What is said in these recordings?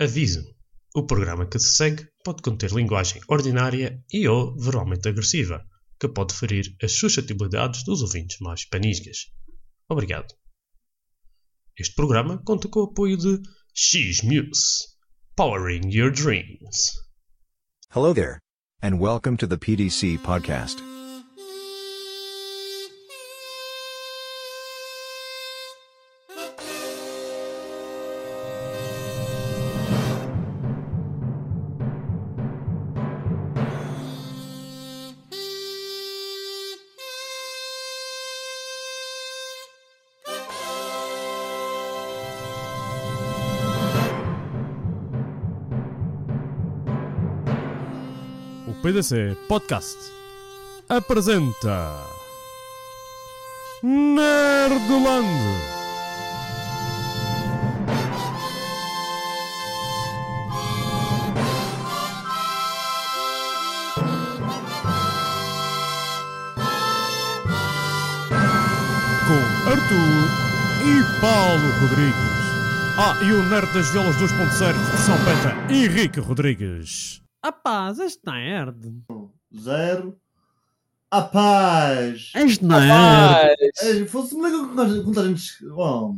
Aviso: o programa que se segue pode conter linguagem ordinária e/ou verbalmente agressiva, que pode ferir as suscetibilidades dos ouvintes mais panisgas. Obrigado. Este programa conta com o apoio de X-Muse, powering your dreams. Hello there, and welcome to the PDC podcast. O PDC Podcast apresenta Nerdland. Com Arthur e Paulo Rodrigues. Ah, e o Nerd das Violas 2.0 de São Peta, Henrique Rodrigues. Ah paz, este nerd. zero. A Ah, paz! É Este nerd. É, Fosse-me legal que nós- quando a gente. esque- Bom,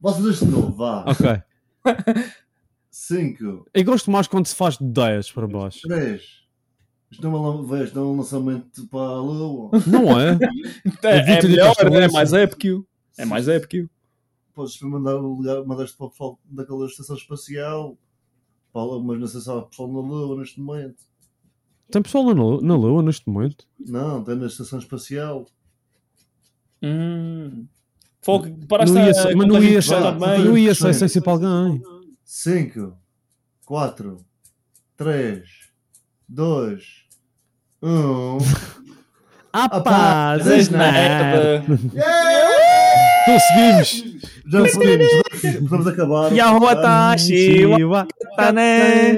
vocês dois de novo, vá. Ok. 5, Eu gosto mais quando se faz de 10 para baixo. 3. Isto não é uma lan- vês, não é um lançamento para a lua. Não é? É, Eu vi é tudo melhor, aquilo, é isso. mais EPQ. É mais EPQ. Podes mandar o lugar, mandaste para o pessoal daquela estação espacial. Para a lua, mas não sei se há pessoal na lua neste momento. Tem pessoal na, lu- na lua neste momento? Não, tem na estação espacial. Hum. Fogo, paraste Não ia, ser- a mas não ia, gente ser, vai lá, também. não é? ia ser sim. sem para alguém. 5, 4, 3, 2, 1. Ah Ah, paz, paz, este este é? nerd. Conseguimos! Já podemos, podemos acabar. tá tá, né?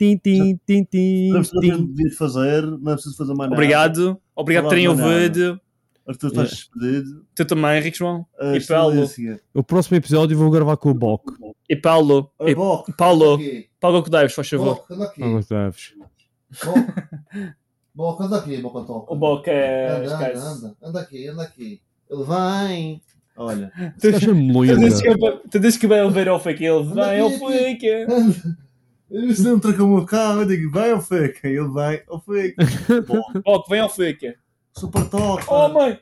Não é preciso fazer o que devias fazer, não é preciso fazer mais nada. Obrigado. Obrigado por terem Não, não, não. ouvido. Arthur, estás despedido. Tu também, Henrique João. Ah, E isto Paulo? é assim, é. O próximo episódio vou gravar com o Boc. E Paulo. Oi, E Boc, Paulo. anda aqui. Paulo Codeiros, faz favor. Boc, anda aqui. Ah, mas deves. Boc. Boc, anda aqui, Boc Antônio. O Boca é. Anda, anda, esquece. anda. Anda aqui, anda aqui. Ele vem. Olha. Esse gajo é Tu dizes molenga. que- Tu dizes que vai ele ver ao fake. Ele vai ao fake. Isto não troca o meu carro, eu digo, vai ou fica? Ele vai ou fica? Boca, vem ao fake. Super top. Oh, mãe.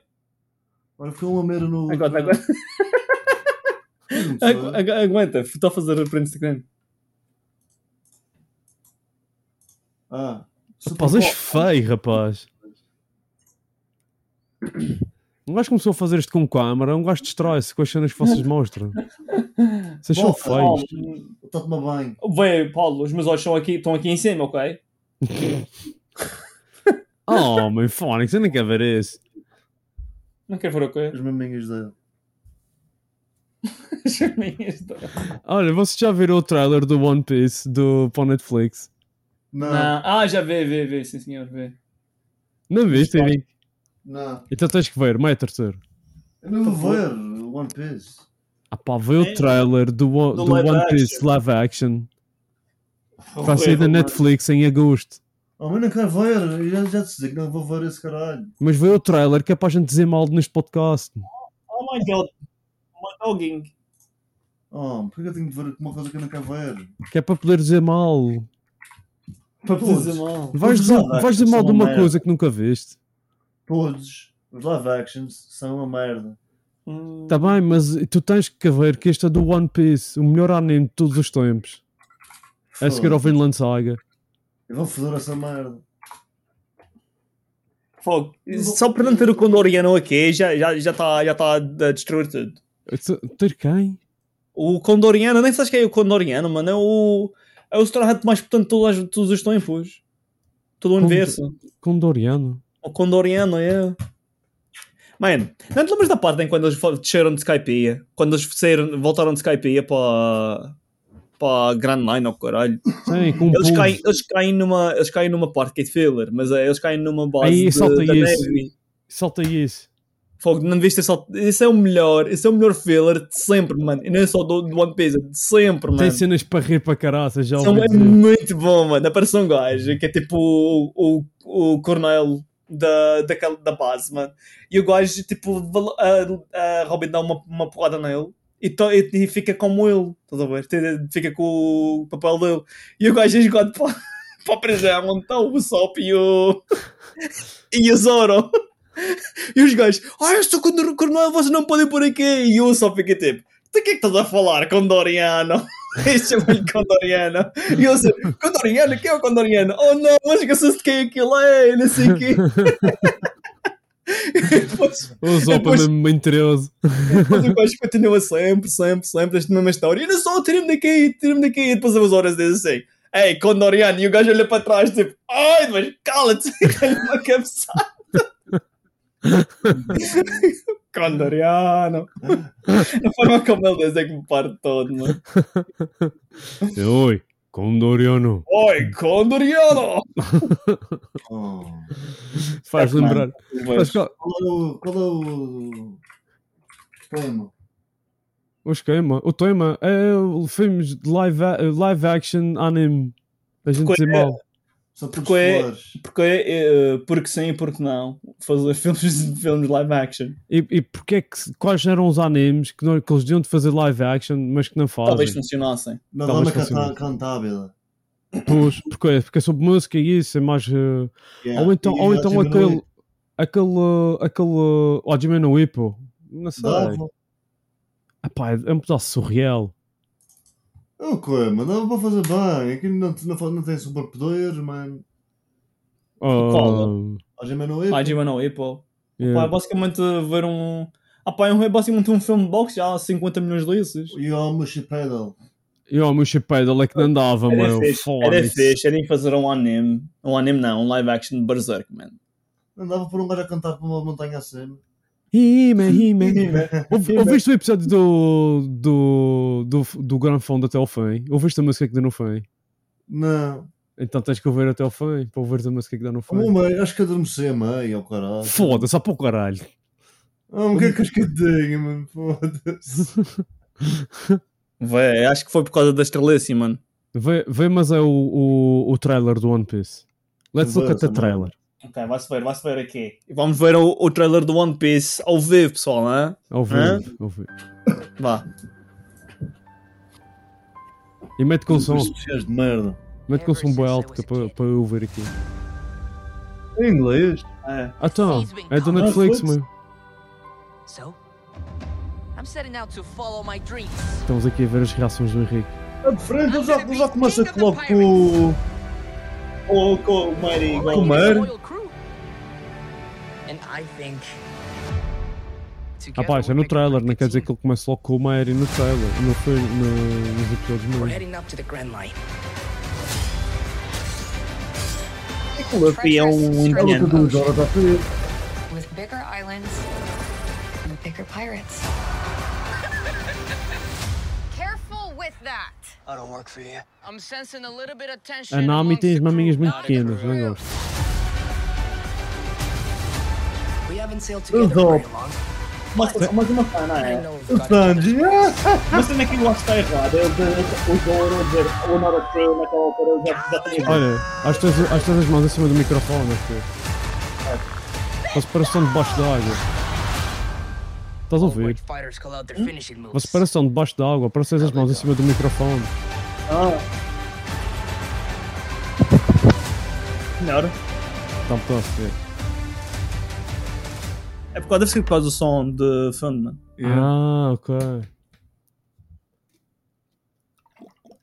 Agora ficou uma meira no. Agora, agora. Agu- agu- Aguenta, estou a fazer para Instagram. Ah, super Rapaz, és top. feio, rapaz. Um gajo começou a fazer isto com câmara, um gajo destrói-se com as cenas que vocês mostram. Vocês são Boca. feios. Está a tomar banho. Vem, Paulo, os meus olhos estão aqui, estão aqui em cima, ok? Oh, meu Fónix, eu nem quero ver isso. Não quero ver o quê? As maminhas dele. As minhas dor. Olha, vocês já viram o trailer do One Piece do, para o Netflix? Não, Não. Ah, já vê, vê, vê, sim senhor, vê. Não viste, Henrique? não. Então tens que ver, meio terceiro. Eu não vou ver One Piece. Ah pá, vê o trailer do, o- É. Do do live One action. Piece live action. Vai sair da Tá Netflix em agosto. Oh, mas não quero ver. Eu já, já te disse que não vou ver esse caralho. Mas vê o trailer que é para a gente dizer mal neste podcast. Oh my god, my dogging. Oh, porquê que eu tenho de ver uma coisa que eu não quero ver? Que é para poder dizer mal. Para todos. mal. Vais dizer, live vais dizer mal action de é uma uma merda. coisa que nunca viste. Todos. Os live actions são uma merda. Hum, Está Tá bem, mas tu tens que ver que este é do One Piece, o melhor anime de todos os tempos. A seguir ao Vinland Saga. Eu vou foder essa merda. Fogo. Só para não ter o Condoriano aqui, já está já, já tá, já tá a destruir tudo. Tu- Ter quem? O Condoriano, nem sabes quem é o Condoriano, mano, é o. É o Strahat mais potente de todas as- todos os tempos. Todo o Condo- universo. Com Doriano. O Condoriano, é. Mano, não te lembras da parte em quando eles fo- desceram de Skypeia? Quando eles desceram, voltaram de Skypeia para. para a Grand Line ou caralho. Sim, com Eles polvo. caem, eles caem numa. eles caem numa parte que é de filler, mas eh, eles caem numa base. Aí, de, salta da isso. neve. Solta isso. Fogo, não devias ter só. Esse é o melhor, esse é o melhor filler de sempre, mano. E não é só do, do One Piece, é de sempre, mano. Tem cenas para rir para caraças, já São ouvi é dizer. muito bom, mano. Aparece um gajo que é tipo o, o, o coronel da, daquela, da base, mano. E o gajo, tipo, val- a, a Robin dá uma, uma porrada nele e, to- e, e fica como ele, estás a ver? Te- Fica com o papel dele. E o gajo é jogado para, para a prisão onde está o Sop e o. e o Zoro. E os gajos, ah, eu sou o coronel, vocês não podem por aqui. E o Sop fica tipo, de que é que estás a falar, Condoriano? Este é o Condoriano. E eu sei, Condoriano? Quem é o Condoriano? Oh não, mas esqueceu-se de quem aquilo é, e não sei o quê. E depois, O Zopa Depois- mesmo muito treoso. depois o gajo continua sempre, sempre, sempre, esta mesma história. E não só, tira-me daqui, tira-me daqui. E depois umas horas diz assim, ei, Condoriano. E o gajo olha para trás, tipo, ai, mas cala-te, e dá-lhe uma cabeçada. Condoriano. A forma como ele diz é que me parte todo, mano. Oi, Condoriano. Oi, Condoriano! Oh. Faz Batman. lembrar. Mas qual- Qual é o. Qual é o. Tema? O esquema, o tema é o filmes de live, a- eh, live action anime. A gente Porque- dizer mal. São todos Porque é- flores. Porque, eh, porque sim e porque não fazer filmes, filmes live action. E, e porque é que, se- quais eram os animes que, não- que eles deviam de fazer live action, mas que não fazem? Talvez funcionassem. Na Talvez dama fosse um canta- mesmo. cantábila. Pois, porque, porque é sobre música e isso, é mais. eh, Yeah. Ou então, É, E ou já então tive no aquele. Aquele. eh, aquele. eh, Hajime no Ippo. Não sei. Dava. Epá, é um pedaço surreal. Não, Coima, dava é, para fazer bem. Aqui não, não, fa- não tem superpoderes, mano. Ah, Cola. Hoje é Manoel. Pá, Jim não Apple. Pá, é yeah. basicamente ver um. Ah, pá, é um- é basicamente um filme de boxe já há 50 milhões de lices. E o Mushi Pedal. E o meu chapéu dele é que não andava, Era meu. fixe, era Foda-se. fixe, era em fazer um anime. Um anime não, um live action de Berserk, man. Andava por um gajo a cantar por uma montanha acima. He-Man, He-Man. é. Ouvi- Ouviste o episódio do, do, do, do Grand Fond até ao fim? Ouviste a música que deu no fim? Não. Então tens que ouvir até ao fim para ouvir a música que deu no Uma fim. meia, acho que adormeci a meia, ao caralho. Foda-se, só para o caralho. Ah, o que é que acho que eu tenho, mano? Foda-se. Véi, acho que foi por causa da Estrelice, mano. Vê, vê mas é o, o, o trailer do One Piece. Let's look at the trailer. Ok, vai-se ver, vai-se ver aqui. E vamos ver o, o trailer do One Piece ao vivo, pessoal, né? Ao Hã? vivo, ao vivo. Vá. E mete com som, Cheias de merda. mete com som bem alto que é para, para eu ouvir aqui. Em inglês? É. Então, é do Netflix, meu. So, I'm setting out to follow my dreams. Estamos aqui a ver as reações do Henrique. É de frente, eu já, eu já comecei logo com o. O, Oh, o, o Mighty Join Gold. this Comer? loyal crew. And I think. Ah pá, isso é no trailer, não quer dizer que ele comece logo com o Mary no trailer, não foi no- nos episódios We're não. heading up to the Grand Line. O Luffy é um indiano. O Jora está feliz. with bigger islands and bigger pirates. Careful with that. I'm sensing a little bit of tension. A Nami amongst tem as the crew. maminhas muito Not a pequenas, crew. não gosto. We haven't sailed together for very long. Mas, mas uma fã, não I é? know we've got Sanji, ah! Mas também que eu acho que está errado. Eu, eu, eu, o Zoro dizer o Nora Crew naquela altura eu já, já tinha Olha, às três, às três as mãos em cima do microfone, acho que Vocês parecem debaixo da água. Estás a Which ouvir? fighters call out Mm. their finishing moves. Vocês parecem debaixo da água, parecem as mãos em cima do microfone. melhor. Está-me a ver. É por causa, deve ser por causa do som de fundo, mano. Ah, ok.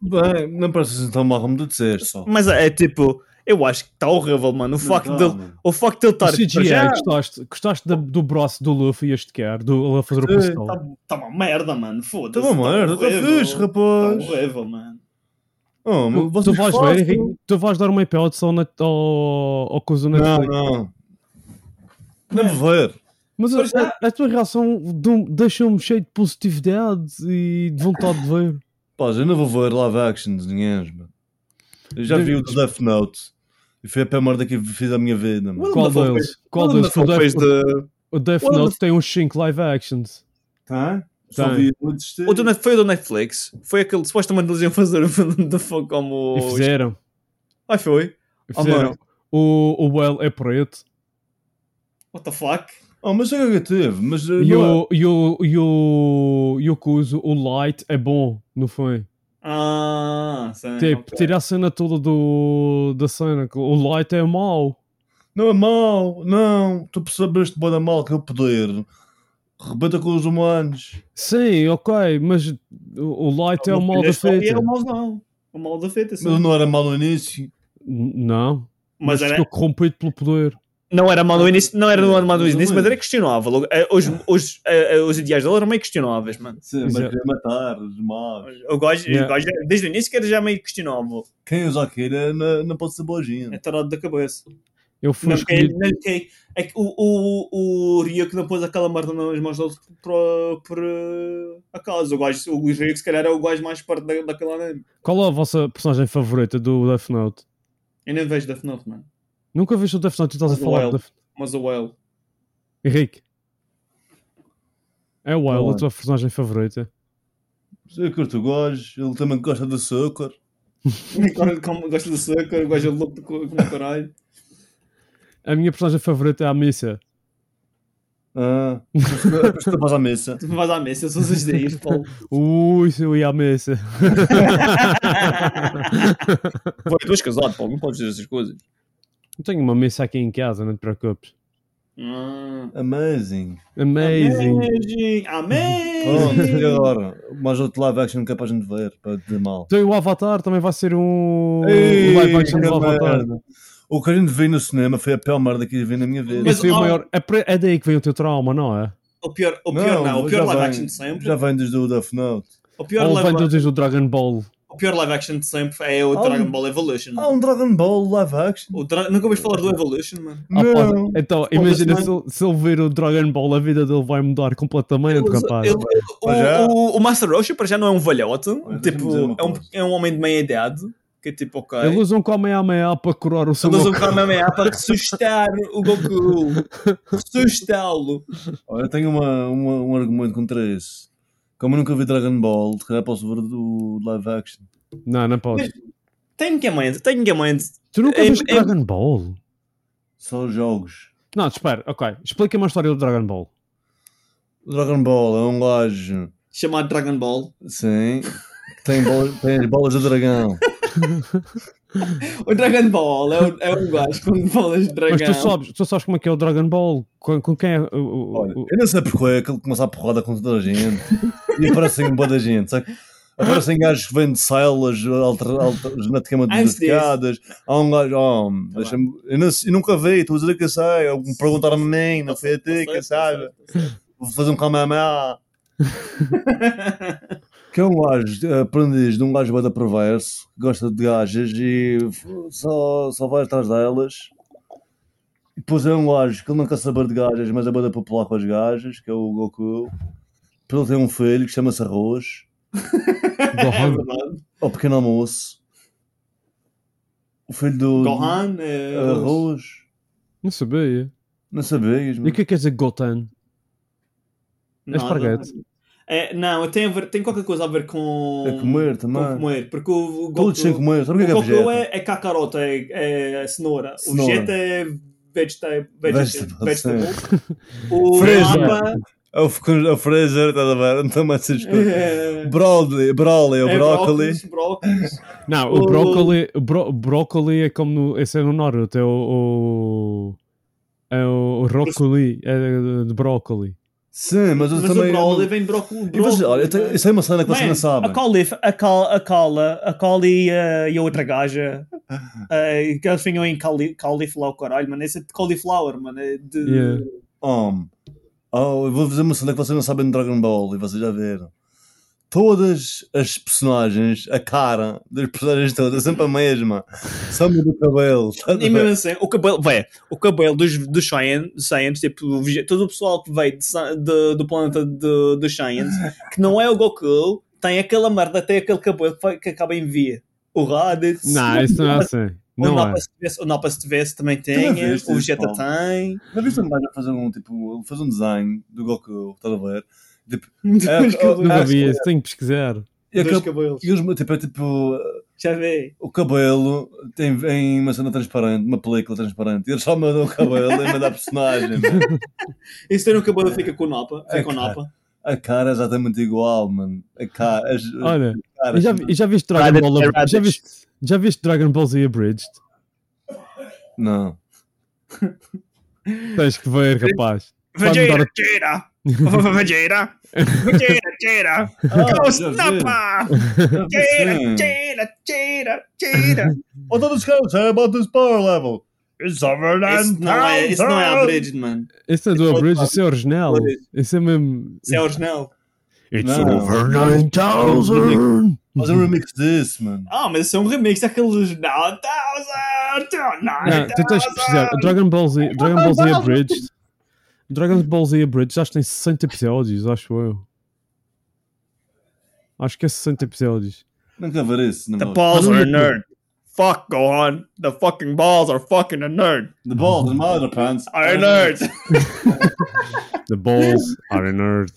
Bem, não parece assim tão mal como tu disseste, só. Mas é, é tipo, eu acho que está horrível, mano. O facto tá, dele. mano. O facto de ele O estar. CGI, já- gostaste, gostaste da- do braço do Luffy este que era, do ele a fazer o Eh, pistola? Tá, tá uma merda, mano. Tá Foda-se. bom, merda, está horrível. fixe, Tá rapaz. horrível, mano. Oh, mas Tu vocês vais ver, façam. Henrique, tu vais dar uma IPO de som na- ao, ao coisa na Não, não. Não vou ver. Mas a, Pois não. a- a tua reação dum- deixou-me cheio de positividade e de vontade de ver. Pá, eu não vou ver live action de ninguém, mano. Eu já vi o do Death Note. E foi a pior merda que eu fiz a minha vida, mano. Não, Qual não deles? foi- Qual é não, deles? não O foi Death- de- o O Death Olha, Note mas- tem uns 5 live actions. Tá? Só Tá. vi muitos O do Net- foi o do Netflix. Foi aquele. Supostamente eles iam fazer o filme do Fogo como. E fizeram. Ah, foi. E Oh, fizeram. mano. o, o Well é preto. What the fuck? Oh, mas é que teve, mas. eh, E não é- o, e, o, e, o, e o Kuzo, o Light é bom, não foi? Ah, sim. tipo, ok. tira a cena toda do, da cena. que O Light é mau. Não é mau, não. Tu percebeste bem da mal que é o poder. Rebenta com os humanos. Sim, ok, mas o- o Light é o mal da Mas fita. É o mauzão. O mal da fita, sim. Mas não era mal no início. N- Não, Mas era. ficou corrompido pelo poder. Não era mal no início, não era no mal no início, Não mas era. era questionável. Logo, eh, Os, os, eh, eh, os ideais dele eram meio questionáveis, mano. Sim, mas Exato. queria matar os maus. Eu gosto, Yeah. eu gosto desde o início que era já meio questionável. Quem usa aquilo não, não pode ser boa É gente. tarado da cabeça. Eu fui Não, porque, escolhido. não, porque é que o, o, o Ryuk não pôs aquela merda nas mãos dele por, por eh, acaso. O, gajo, o Ryuk, se calhar, é o gajo mais perto da, daquela anime. Qual é a vossa personagem favorita do Death Note? Eu nem vejo Death Note, mano. Nunca viste o Death Note e estás a O falar Well. do Death Mas o Well. Henrique. É o Well, Well. a tua personagem favorita. Eu curto o gajo, ele também gosta de açúcar. Agora, como gosto do Sucker, gosto de louco com o caralho. A minha personagem favorita é a Missa. Ah, mas tu vais à missa. Tu vais à mesa, eu sou os dias, Paulo. Ui, se eu ia à Missa. Pô, tu és casado, Paulo, não podes dizer essas coisas. Eu tenho uma missa aqui em casa, não te preocupes. Ah, Amazing. Amazing. Amazing! Pronto, Amazing! e agora? Mais outro live action que é para a gente ver, para de mal. Então e o Avatar também vai ser um, Ei, um live action do que Avatar. merda. O que a gente viu no cinema foi a pior merda que eu vi na minha vida. Mas Isso foi o ó- maior. É, pre- é daí que vem o teu trauma, não é? O pior, o oh, pior não, o já pior live vem- action de sempre. Já vem desde o Death Note. O pior, Ou live, vem desde o Dragon Ball. o pior live action de sempre é o Ah, Dragon Ball Evolution. Há um Dragon Ball live action? O Dra- Nunca vais falar do Evolution, mano. Ah, pá, Não. Então, imagina se, ele- se ele ver o Dragon Ball, a vida dele vai mudar completamente, rapaz. Ele- o, Mas já- o, o Master Roshi para já não é um valhote. deixa-me dizer Tipo, uma é um, coisa. é um homem de meia idade. Que é tipo, ok. Eles usam com a meia um para curar o seu Eles usam Goku. Kamehameha para ressuscitar o Goku. Ressuscitá-lo. Olha, eu tenho uma, uma- um argumento contra isso. Como eu nunca vi Dragon Ball, se calhar posso ver do live action. Não, não podes. Tecnicamente, tecnicamente. Tu nunca Em- viste em- Dragon Ball? Só jogos. Não, espera, ok. Explica-me a história do Dragon Ball. Dragon Ball é um gajo, Chamado Dragon Ball. sim, que tem, bol- tem as bolas de dragão. O Dragon Ball é, o- é um gajo quando falas de dragão. Mas tu sabes, tu sabes como é que é o Dragon Ball? Com, com quem é. o- o- Olha, o- eu não sei porquê que ele começa a porrada com toda a gente e aparecem um boa da gente, sabe? Aparecem gajos que vêm de células alter, alter, Ah, geneticamente isso diz. modificadas. Há um gajo, oh, deixa-me. Eu, não sei- eu nunca vi, estou a dizer que eu sei. Eu- Me perguntaram a mim, não foi a ti, que sabe? Vou fazer um camamá. Que é um gajo, eh, aprendiz de um gajo bué da perverso, que gosta de gajas e f- só, só vai atrás delas. E depois é um gajo que ele não quer saber de gajas, mas é bué da popular com as gajas, que é o Goku. Depois ele tem um filho que chama-se Arroz, Gohan. É verdade. ao pequeno almoço. O filho do Gohan é. Arroz. Não sabia. Não sabias, E mano. o que é que quer dizer Goten? Nada. esparguete. É, não, tem, a ver, tem qualquer coisa a ver com. A É comer também. Com comer, porque o, o Goku. Todos sem comer. Sabe o O que é que Goku é é, é cacarota, é, é cenoura. Cenoura. O Vegeta é vegeta- vegeta- Vegetable, sim. vegetable. O Fresa. Lapa É o, é o Fraser, estás a ver? Então Não toma essas coisas. é. Broly, Broly, é o é brócoli. brócolis, brócolis. Não, O- o brócoli, o bró- brócoli é como no, esse é no Naruto, é o, o é o rocoli, é de brócoli. Sim, mas eu Mas também. o Broly vem brócolis. E vocês, olha, eu tenho- isso é uma cena que vocês não sabem. a Cole, a Cole, a Cole, a Cole e, a- e a outra gaja eh, que eles vinham em cauli, cauliflower, caralho, mano. Esse é de cauliflower, mano. É de, Yeah. Homem. Oh, eu vou dizer uma cena que vocês não sabem de Dragon Ball e vocês já viram. Todas as personagens, a cara das personagens todas, é sempre a mesma. Só muda o cabelo. estás a E ver? mesmo assim, o cabelo, véi, o cabelo dos, dos Saiyans, Saiyans, tipo, o Vegeta- todo o pessoal que veio de Sa- de- do planeta de- dos Saiyans, que não é o Goku, tem aquela merda, tem aquele cabelo que, vai- que acaba em via. O Raditz. Não, isso não é assim. O Não é. Napa, se tivesse, o Napa se tivesse também Toda tem, vez o tem, Jetta Paulo. tem. Já viste um gajo a fazer um tipo, ele fez um design do Goku, estás a ver? Tipo, Dois ah, Nunca ah, cabelos. vi isso, tenho que pesquisar. e, Dois acab- cabelos. e os, tipo, é tipo, Já vi. o cabelo tem, tem uma cena transparente, uma película transparente, e eles só mandam o cabelo e mandam a personagem. mano. E se ter um cabelo fica com o Napa. Fica É, com o cara. Napa. A cara é exatamente igual, mano. A cara, as, Olha, as e caras, já, mano. e já viste Dragon Rabbit- Ball Rabbit. já viste, já viste Dragon Ball Z Abridged? Não. Tens que ver, rapaz. Vai mudar a- tira! Vageira! Vageira, tira! Ah, já vi. Já vi, sim. tira, tira, tira! What do these guys say about this power level? It's over Isso não é, isso não é a Bridget, mano. Esse é do Abridged, esse é original. Esse é mesmo. Isso é original. It's over 9000! Fazer um remix disso, mano. Ah, mas isso é um remix daqueles. Não, Thousand! Não, tu tens que pesquisar. Dragon Ball Z, Dragon Ball Z Abridged. Dragon Ball Z Abridged, acho que tem 60 episódios, acho eu. Acho que é 60 episódios. Nunca ver isso. Não The vou. balls are are a a nerd. nerd. Fuck, go on. The fucking balls are fucking a nerd. The ball, the mother pants. Are a nerd. The balls are a nerd.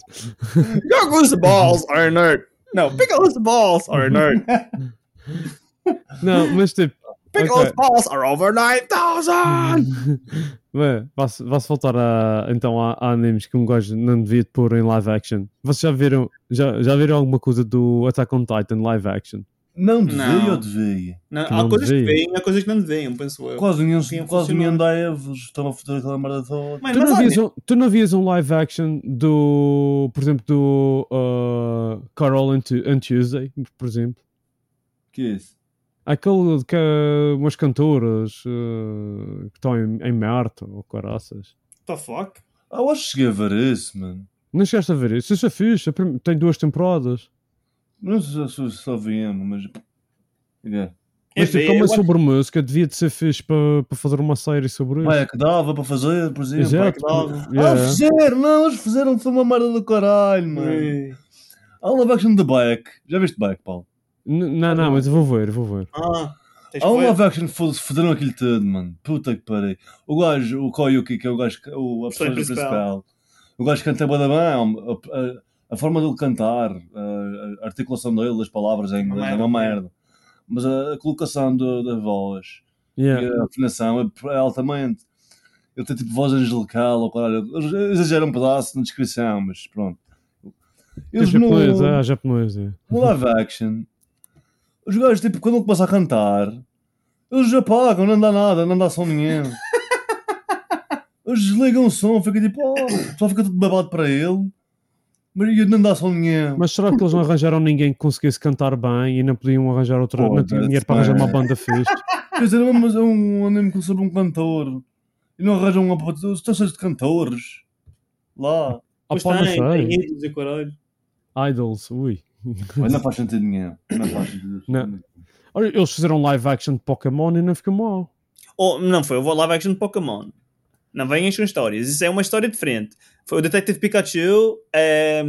Goku's the balls are a nerd. No, Piccolo's the balls are a nerd. Não, mas tipo. Piccolo's ok. balls are over 9,000! Bem, vá-se vá-se voltar a, então a, a animes que um gajo não devia de pôr em live action. Vocês já viram, já, já viram alguma coisa do Attack on Titan live action? Não devia Não. ou devia? Não, Que não Né? há coisas que veem. veem, há coisas que não veem, penso eu. Quase nenhum, Sim, quase funcionou. nenhum deve estão a foder aquela merda toda. Mano, Tu não, há- vias um, tu não vias um live action do, por exemplo, do uh, Carol and, Tu- and Tuesday, por exemplo? Que é isso? Aquele que uh, umas cantoras uh, que estão em, em Marte ou caraças. What the fuck? Ah, eu acho que cheguei a ver isso, mano. Não chegaste a ver isso? Isso é fixe, a prim- tem duas temporadas. Não sei se eu só viemos, mas. Ok. É Mas tipo, ver, como é eu acho- sobre música, devia de ser fixe para para fazer uma série sobre isso. Pai, é que dava para fazer, por exemplo. Pai, é Exato. que dava. Ah, Yeah. fizeram, não, eles fizeram, foi uma merda do caralho, mano. Há um live action de Bayek. Já viste Bayek, Paulo? N- Não, não, mas eu vou ver, vou ver. Ah, É tens Há um que ver. live action que foda-se, foderam aquilo tudo, mano. Puta que parei. O gajo, o Koyuki, que é o gajo, que- o, a personagem Personagem principal. principal. O gajo canta bué da bem, é um, a, a- a forma dele cantar, a, a articulação dele, as palavras em inglês, é merda, uma é. merda. Mas a, a colocação do- da voz Yeah. e a afinação é, é altamente. Ele tem tipo voz angelical ou caralho. Eles exageram um pedaço na descrição, mas pronto. Eles Eles no, japonês, ah, japonês. é. no live action, os gajos, tipo, quando ele começa a cantar, eles apagam, não dá nada, não dá som nenhum. Eles desligam o som, fica tipo, oh, só fica tudo babado para ele, mas não dá som nenhum. Mas será que eles não arranjaram ninguém que conseguisse cantar bem e não podiam arranjar outra. Oh, não tinham that's dinheiro para arranjar bad. uma banda fixe? Quer dizer, é um- mas é um anime que sobre um cantor e não arranjam uma. Estão cheios de cantores lá. Ah, Pois pá, não tem, tem sei. ídolos e caralho. Idols, ui. Mas não faz sentido nenhum. Não faz sentido. Não. Olha, eles fizeram live action de Pokémon e não ficou mal. Oh, não foi, eu vou live action de Pokémon. Não venhas com histórias, isso é uma história diferente. Foi o Detective Pikachu, é,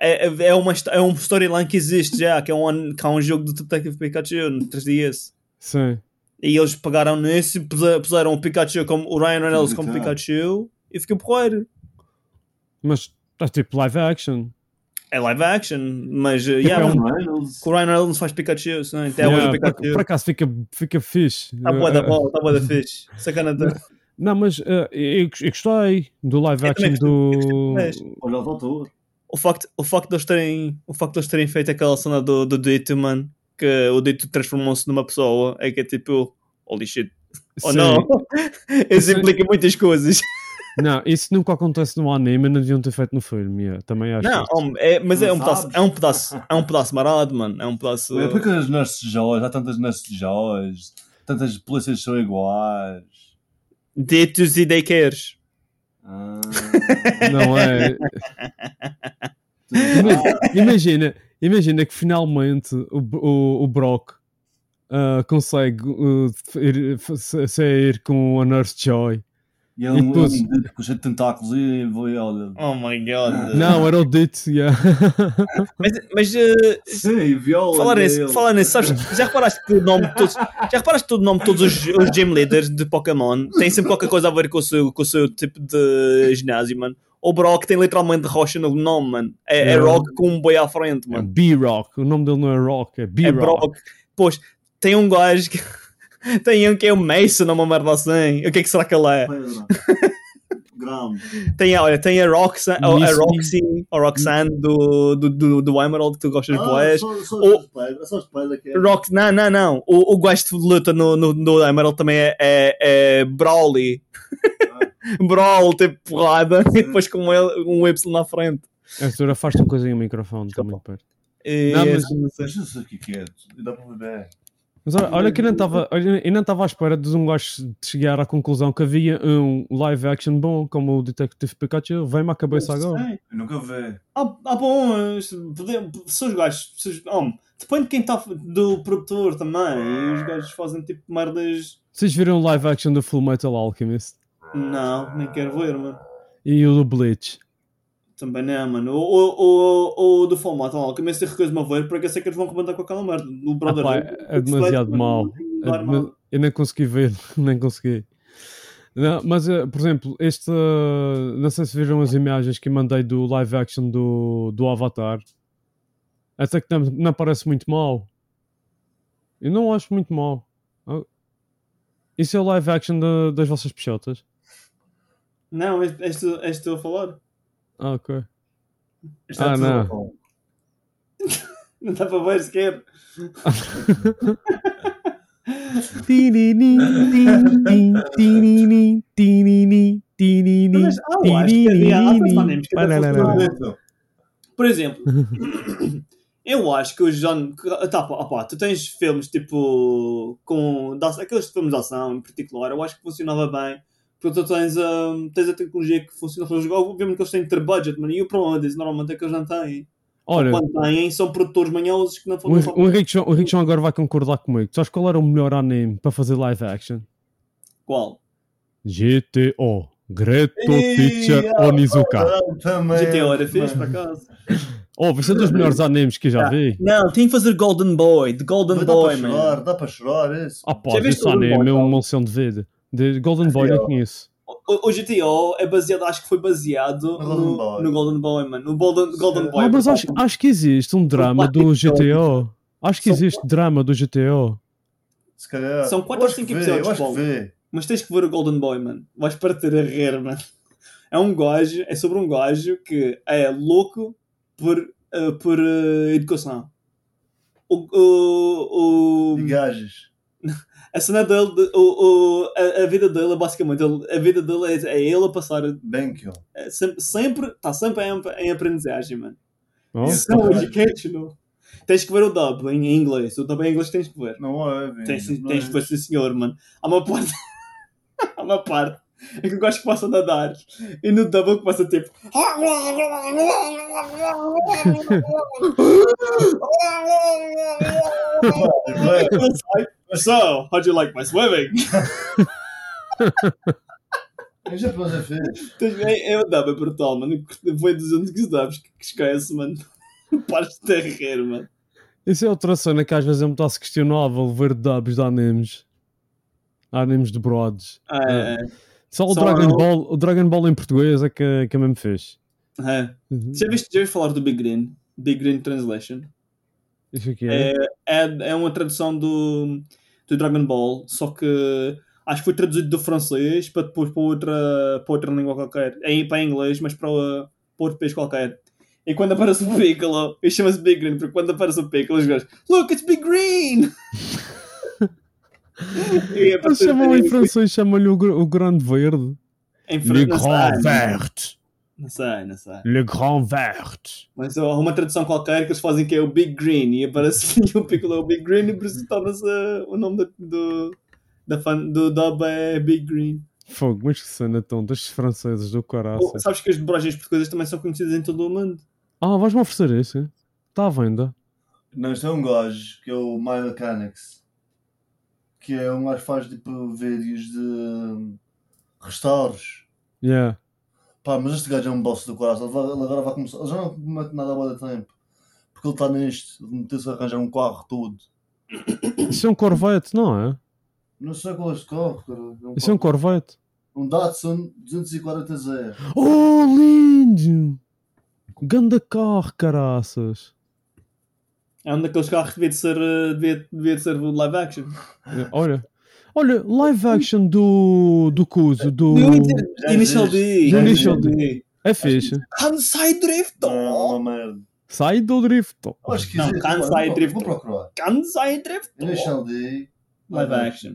é, é, uma, histó- é um storyline que existe já, que é um, an- que há um jogo do Detective Pikachu no 3DS. Sim. E eles pegaram nesse, puse- puseram o Pikachu como o Ryan Reynolds como Tá. Pikachu e ficou porreiro. Mas é tipo live action. É live action, mas uh, é yeah, um- que o Ryan Reynolds faz Pikachu, sim, até hoje o Yeah, tá por, por Pikachu. acaso fica, fica fixe. Tá boa da Eh, bola, tá boa da fixe. Sacana da. Não, mas eh, eu, eu gostei do live Eu também action do. gostei, eu Olha o doutor. o facto, o facto de eles terem o facto de eles terem feito aquela cena do, do Dito, mano, que o Dito transformou-se numa pessoa, é que é tipo, holy shit, ou Sim. não? Isso Sim. implica muitas coisas. Não, isso nunca acontece no anime, não deviam ter feito no filme. yeah, também acho. Não, isso. homem, é, mas é Não um, pedaço, sabes. é um pedaço, é um pedaço marado, mano, é um pedaço. Por que as nurses joys? Há tantas nurses joys. Tantas polícias são iguais. Ditos e daycares. Ah. Não é. Imagina, imagina que finalmente o, o, o Brock eh, ah, consegue ah, ir- f- sair com a Nurse Joy. E é E um, é um depois- dito cheio de tentáculos e vai ao dedo. Oh my god. Não, era o Dit, yeah. Mas, mas eh, Sim, viola. falar nisso, dele. falar nisso, sabes, já reparaste que o nome de todos, já reparaste que o nome de todos os, os gym leaders de Pokémon tem sempre qualquer coisa a ver com o seu, com o seu tipo de ginásio, mano. O Brock tem literalmente rocha no nome, mano. É, é Não. Rock com um boi à frente, mano. É B-Rock. O nome dele não é Rock, é É B-Rock. Brock. Pois, tem um gajo que. Tem um que é o Mason, uma merda assim. O que é que será que ele é? Pedra. Grande. Tem, a- olha, tem a, Roxa, a, a Missy. Roxy, a Roxanne do, do, do, do Emerald, que tu gostas Ah, de boas. só, só Ou- as pedras, só as pedras que é. Rox, não, não, não. O, o gajo de luta no, no, no Emerald também é, é, é Brawly. Brawl, tipo porrada. E depois com um, L- um Y na frente. A senhora faz uma coisa em um microfone, está muito perto. E, Não, mas- Mas não sei o que é que é. E Dá para beber. Mas olha, olha que eu não estava olha, eu não estava à espera de um gajo de chegar à conclusão que havia um live action bom, como o Detective Pikachu. Vem-me à cabeça agora. Sei, Eu nunca vi. Ah, ah bom, eh, pode- se os gajos. se os- oh, depende de quem está do produtor também. Os gajos fazem tipo merdas. Vocês viram o live action do Full Metal Alchemist? Não, nem quero ver, mano. E o do Bleach? Também não, mano. O, o, o, o do formato, lá, comecei a recuso-me a ver, porque eu sei que eles vão rebentar com aquela merda. No Ah, Brother pá, Hood. é demasiado Mano, mau. não dá Eu mal. nem- É, Eu nem consegui ver, nem consegui. Não, mas, eh, por exemplo, este. eh, Não sei se viram as imagens que eu mandei do live action do, do Avatar. Até que não, não parece muito mal. Eu não acho muito mal. Ah, Isso é o live action da- das vossas peixotas? Não, este, este, este estou a falar. Ah, ok. Isto Ah, tudo não. bom. Não dá para ver sequer. Tirinin, tirinin, tirinin, tirinin, tirinin, Mas, ah, eu acho que havia- há tantos animes que até Parará. funcionam. Por exemplo, eu acho que o John. Tá, pá, pá, tu tens filmes tipo. com da- aqueles filmes de ação em particular, eu acho que funcionava bem. Porque tu tens, hum, tens a tecnologia que funciona para os jogos. Obviamente que eles têm ter budget, mano. E o problema disso normalmente é que eles não têm. Olha, Quando têm, são produtores manhosos que não O fazem. Henri- o Henrique João- o Henrique João agora vai concordar comigo. Sabes qual era o melhor anime para fazer live action? Qual? GTO. Greto Ih, Teacher Onizuka. Ah, Também. GTA hora fez, por Mano. acaso. Oh, isso é dos melhores animes que eu Ah. já vi. Não, tem que fazer Golden Boy. The Golden Mas Dá Boy, para mano. chorar, dá para chorar é isso. Ah pá, Já viste esse Golden anime Boy, é não? uma lição de vida. De Golden Boy Sim, não ó. conheço. O, o GTO é baseado, acho que foi baseado No Golden no, Boy. no Golden Boy, mano. No Golden, Golden Boy. Ah, mas acho, acho que existe um drama do quatro GTO. Acho que São existe drama do GTO. Se calhar. São quatro Eu acho ou cinco que vê, episódios, Eu acho Paulo. que vê. Mas tens que ver o Golden Boy, mano. Vais partir a rir, mano. É um gajo, é sobre um gajo que é louco por, eh, por eh, educação. O, o, o, E gajas. a cena dele, de- o, o, a, a vida dele é basicamente, ele- a vida dele é, é ele a passar, Bem que eu. é sempre, sempre, está sempre em, em aprendizagem, mano. Oh, Isso é um educational. Tens que ver o dub em inglês. O dub em inglês tens que ver. Não é, velho. Tens, Não tens é. que ver, sim senhor, mano. Há uma parte. Há uma parte. É que eu gosto que possa nadar. E no dub eu começo a tipo. Vai, vai. So, how do you like my swimming? Mas já pode ser fixe. Tens- É, é o dub, é brutal, mano. Foi dos únicos dubs que, que esquece, mano. Pares de terrer, mano. Isso é outra cena que às vezes é muito se questionável ver dubs de animes. Animes de broads. É, Só o Só Dragon, eu- Ball, o Dragon Ball em português é que, que mesmo fez. é, é. Já viste já ouviste falar do Big Green? Big Green Translation? Isso aqui é. É, é, é uma tradução do, do Dragon Ball, só que acho que foi traduzido do francês para depois para outra, para outra língua qualquer. É para inglês, mas para, para outro país qualquer. E quando aparece o Piccolo, e chama-se Big Green, porque quando aparece o Piccolo, os gajos, Look, it's Big Green! E é a Eles partir chamam Ah, em daí, francês, chamam-lhe o, gr- o Grande Verde. em Le fran- não Grand sei, Verde. Não sei, não sei. Le Grand Verde. Mas há uma tradução qualquer que eles fazem que é o Big Green e aparece que o Piccolo é o Big Green e por isso torna-se uh, o nome do, do, da fan, do dub é Big Green. Fogo, mas que cena tão dos franceses do Ou, caraças. sabes que as dublagens portuguesas também são conhecidas em todo o mundo? Ah, vais-me oferecer isso? Está à venda. Não, isto é um gajo que é o My Mechanics. Que é um gajo que faz tipo vídeos de. restauros. Yeah. Pá, mas este gajo é um boss do coração. Ele, vai- ele agora vai começar. Ele já não mete nada a boa de tempo. Porque ele está neste. Ele meteu-se a arranjar um carro todo. Isso é um Corvette, não é? Não sei qual é este carro, cara. É um, Isso é um carro- Corvette. um Datsun 240Z. Oh, lindo! Ganda carro, caraças. É um daqueles carros que devia de ser, eh, devia, devia de ser live action. É, Olha, olha, live action do, do Cuso, do... Já é Initial D. existe. Já Initial existe. D. É fixe. Kansai Drift. Não, É uma merda. Sai do drift. Eu Acho que Não, existe. Kansai Olha, vou- Drift. Vou procurar. Kansai Drift. Initial D. Live action.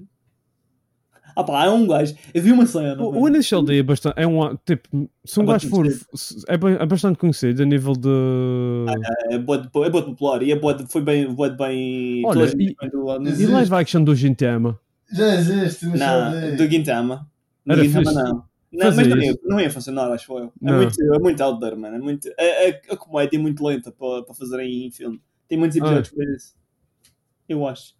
Ah pá, é um gajo. Eu vi uma cena. O, o mano. Initial D é bastante. É um, tipo, se um É gajo for. bastante se- É, ba- é bastante conhecido a nível de. É boa de, é boa de popular e é boa de, foi bem. Boa de bem Olha, toda a gente e- bem do, E existe. live action do Gintama. Já existe. Initial não, do D. Guintama. Do Era Guintama fixe. não. Não, Fazer mas não ia, isso. não ia funcionar, acho eu. É Não. muito, é muito out there, mano. É muito, é, é, a comédia é muito lenta para para fazer em filme. Tem Ah. muitos episódios para isso. Eu acho.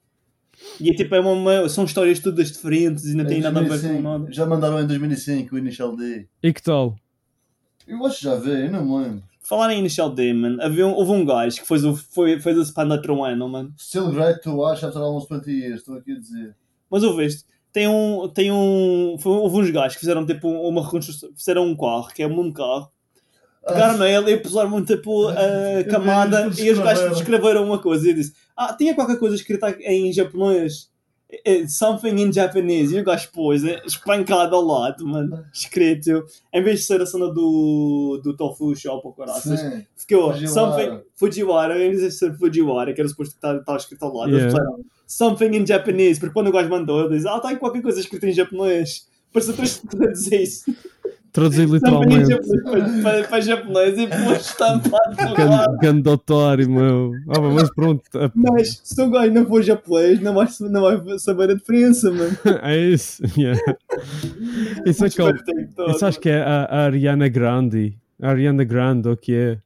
E é tipo, é uma, uma- são histórias todas diferentes e não Em tem nada a ver com 2005. nada. Já mandaram em 2005 o Initial D. E que tal? Eu acho que já vi, eu não me lembro. Falar em Initial D, mano, havia um, houve um gajo que fez o, foi, fez o Spandau Troano, mano. Still great to watch after almost 20 years, estou aqui a dizer. Mas ouviste, tem um. Tem um foi- houve uns gajos que fizeram tipo uma reconstrução. Fizeram um carro, que é um mundo carro. Pegaram nele e puseram tipo a Ah. Eu camada vejo que e os gajos descreveram. descreveram uma coisa e disse: Ah, tinha qualquer coisa escrita em japonês. Eh, eh, Something in Japanese. E o gajo pôs, eh, espancado ao lado, mano. Ah. Escrito. Em vez de ser a cena do, do Tofu Shop ou coraças, Sim. ficou Fujiwara. something Fujiwara, em vez de ser Fujiwara, que era suposto que estava escrito ao lado, Yeah. eles puseram something in Japanese, porque quando o gajo mandou, ele diz, ah, está aí qualquer coisa escrita em japonês. Parece três a dizer isso. Traduzir Something in literalmente. japonês para- para, para japonês e pôs estampado no lado. Gan- Ganda otário, meu. Ah, bem, mas pronto. é- Mas se o gajo não for japonês, não vai, não vai saber a diferença, mano. É isso. Yeah. Isso é que eu- Isso acho que é a, a Ariana Grande. A Ariana Grande, o que é?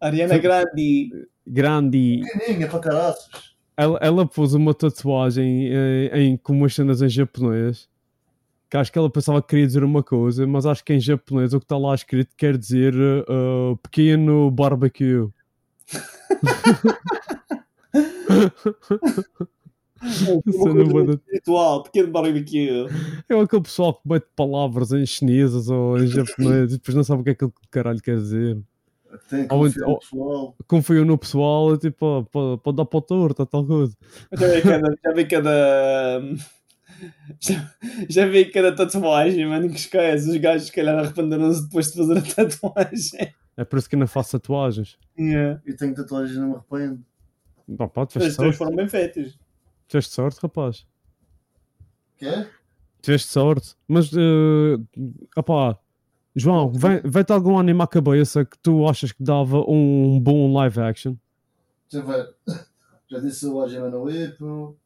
Ariana Grande. Grande. Pequeninha é para caraças. Ela, ela pôs uma tatuagem eh, em, com umas cenas em japonês. Que acho que ela pensava que queria dizer uma coisa, mas acho que em japonês o que está lá escrito quer dizer eh, eh, pequeno barbecue. Uma não coisa vou- muito um espiritual, pequeno barbecue. É aquele pessoal que mete palavras em chinesas ou em japonês e depois não sabe o que é que aquilo caralho quer dizer. Tem que Ou confiar então- no pessoal. Confiou no pessoal, tipo, ó, pode, pode dar para o torto ou tal coisa. Já vi cada. Já vi cada. Já, já vi cada tatuagem, mano, que esquece. Os gajos, se calhar, arrependeram-se depois de fazer a tatuagem. É por isso que eu não faço tatuagens. Yeah. Eu tenho tatuagens e não me arrependo. Não, pá, tiveste As três sorte. é, foram bem feitas. Tiveste sorte, rapaz. Quê? Tiveste sorte, mas ah opá, João, vem- vem-te algum anime à cabeça que tu achas que dava um bom live action? Já vai. Já disse o Ajima no Ippo.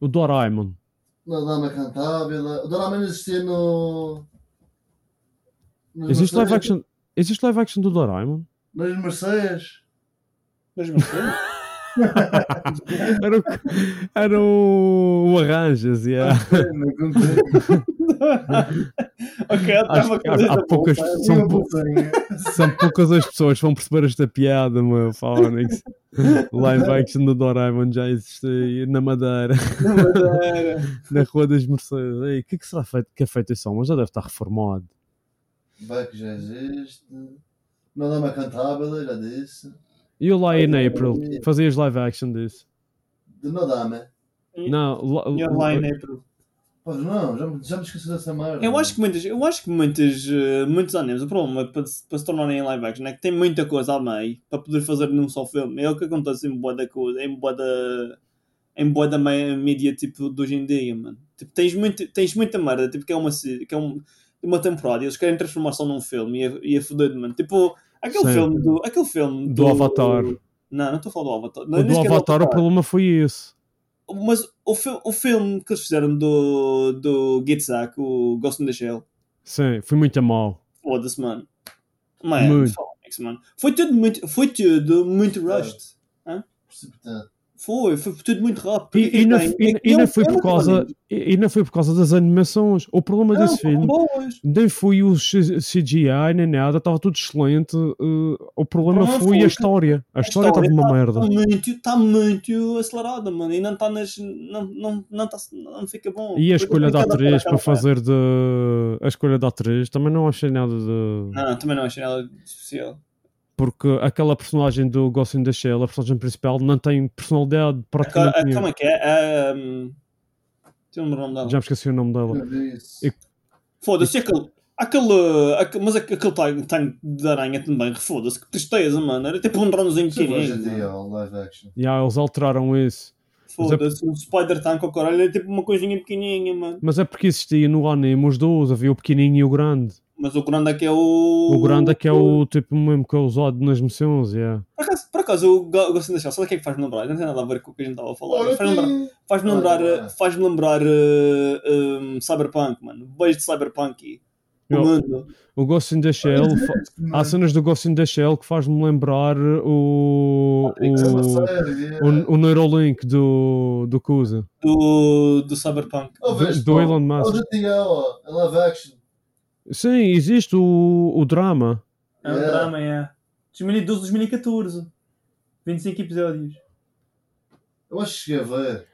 O Doraemon. Na Dama Cantábila. O Doraemon existia no... nos Existe Marseillais. live action, existe live action do Doraemon? Nos Marseilles. Mas não sei. Era o, era o, o Arranjas, é. yeah. Não contei. ok, eu estava Acho que há, há poucas, são, Tinha um pou- pouquinho. são poucas as pessoas que vão perceber esta piada, meu Fónix. Live action do Doraemon já existe na Madeira, na Rua das Mercedes. Ei, O que, que será feito, que é feito esse homem? Já deve estar reformado. Vai que já existe. Na Dama Cantábila, já disse. E o Lion April? Fazias live action disso? De Nadama. Não, lo- Pois não, já, me- já me esqueci dessa merda. Eu acho que muitas, eu acho que muitas, eh, muitos animes, o problema para se, para se tornarem live action é que tem muita coisa a meio para poder fazer num só filme. É o que acontece em boa da coisa, em boa da, em boa da me- mídia tipo de hoje em dia, mano. Tipo, tens, muito, tens muita merda, tipo, que é uma, se- que é um- uma temporada e eles querem transformar só num filme e é, e é foder, mano. Tipo, aquele Sim. filme do, aquele filme Do Avatar. Não, não estou a falar do Avatar. Não, o nem do sequer Avatar, o problema foi esse. Mas o, fil- o filme que eles fizeram do, do Gitzack, o Ghost in the Shell, Sim, foi muito a mal. Foda-se, mano. Mano, Muito. Phoenix, mano. Foi tudo muito, foi tudo muito rushed. Precipitado. Foi, foi tudo muito rápido. E, e não, bem, e- é que e é não um foi por filme causa, bonito. e, e não foi por causa das animações. O problema Não, um desse foram filme boas. Tá nem foi o C- CGI nem nada, estava tudo excelente. eh, o Não, problema foi foi a que- história. A A história estava uma merda. Está muito, está muito acelerada, mano. E não está nas. Não, não, não, tá, não fica bom. E a escolha da Cada- cada- atriz para cada- fazer de. A escolha da atriz também não achei nada de. Não, também não achei nada de especial. Porque aquela personagem do Ghost in the Shell, a personagem principal, não tem personalidade Aquela, praticamente a- como nenhuma. é que é? A, um, Deixa-me lembrar o nome dela. Já me esqueci o nome Hum. dela. Foda-se, e aquele. Aquele, aquele, mas aquele tanque, tanque de aranha também, foda-se, que tristeza, mano. Era tipo um dronezinho é pequenininho. mano. live action. E ah, eles alteraram isso. Foda-se, um spider tanque ao caralho era tipo uma coisinha pequenininha, mano. Mas é porque existia no anime os dois, havia o pequenininho e o grande. Mas o grande é que é o. O grande é que é o tipo mesmo que é usado nas missões, yeah. Por acaso, por acaso o Ga- o Ghost in the Shell, sabe o que é que faz-me lembrar? Não tem nada a ver com o que a gente estava a falar. mas faz-me lembrar, faz-me Olha, lembrar, olha. faz-me lembrar eh, um, Cyberpunk, mano. Beijo de Cyberpunk. O Eu- mundo. O Ghost in the Shell, fa- há cenas do Ghost in the Shell que faz-me lembrar o, é o, o, o Neuralink do, do Kuza. Do, do Cyberpunk. do Elon Musk. O GTA, ó, é live action. Sim, existe o, o drama. É um Yeah. drama, é. 2012, 2014. 25 episódios. Eu acho que cheguei a ver.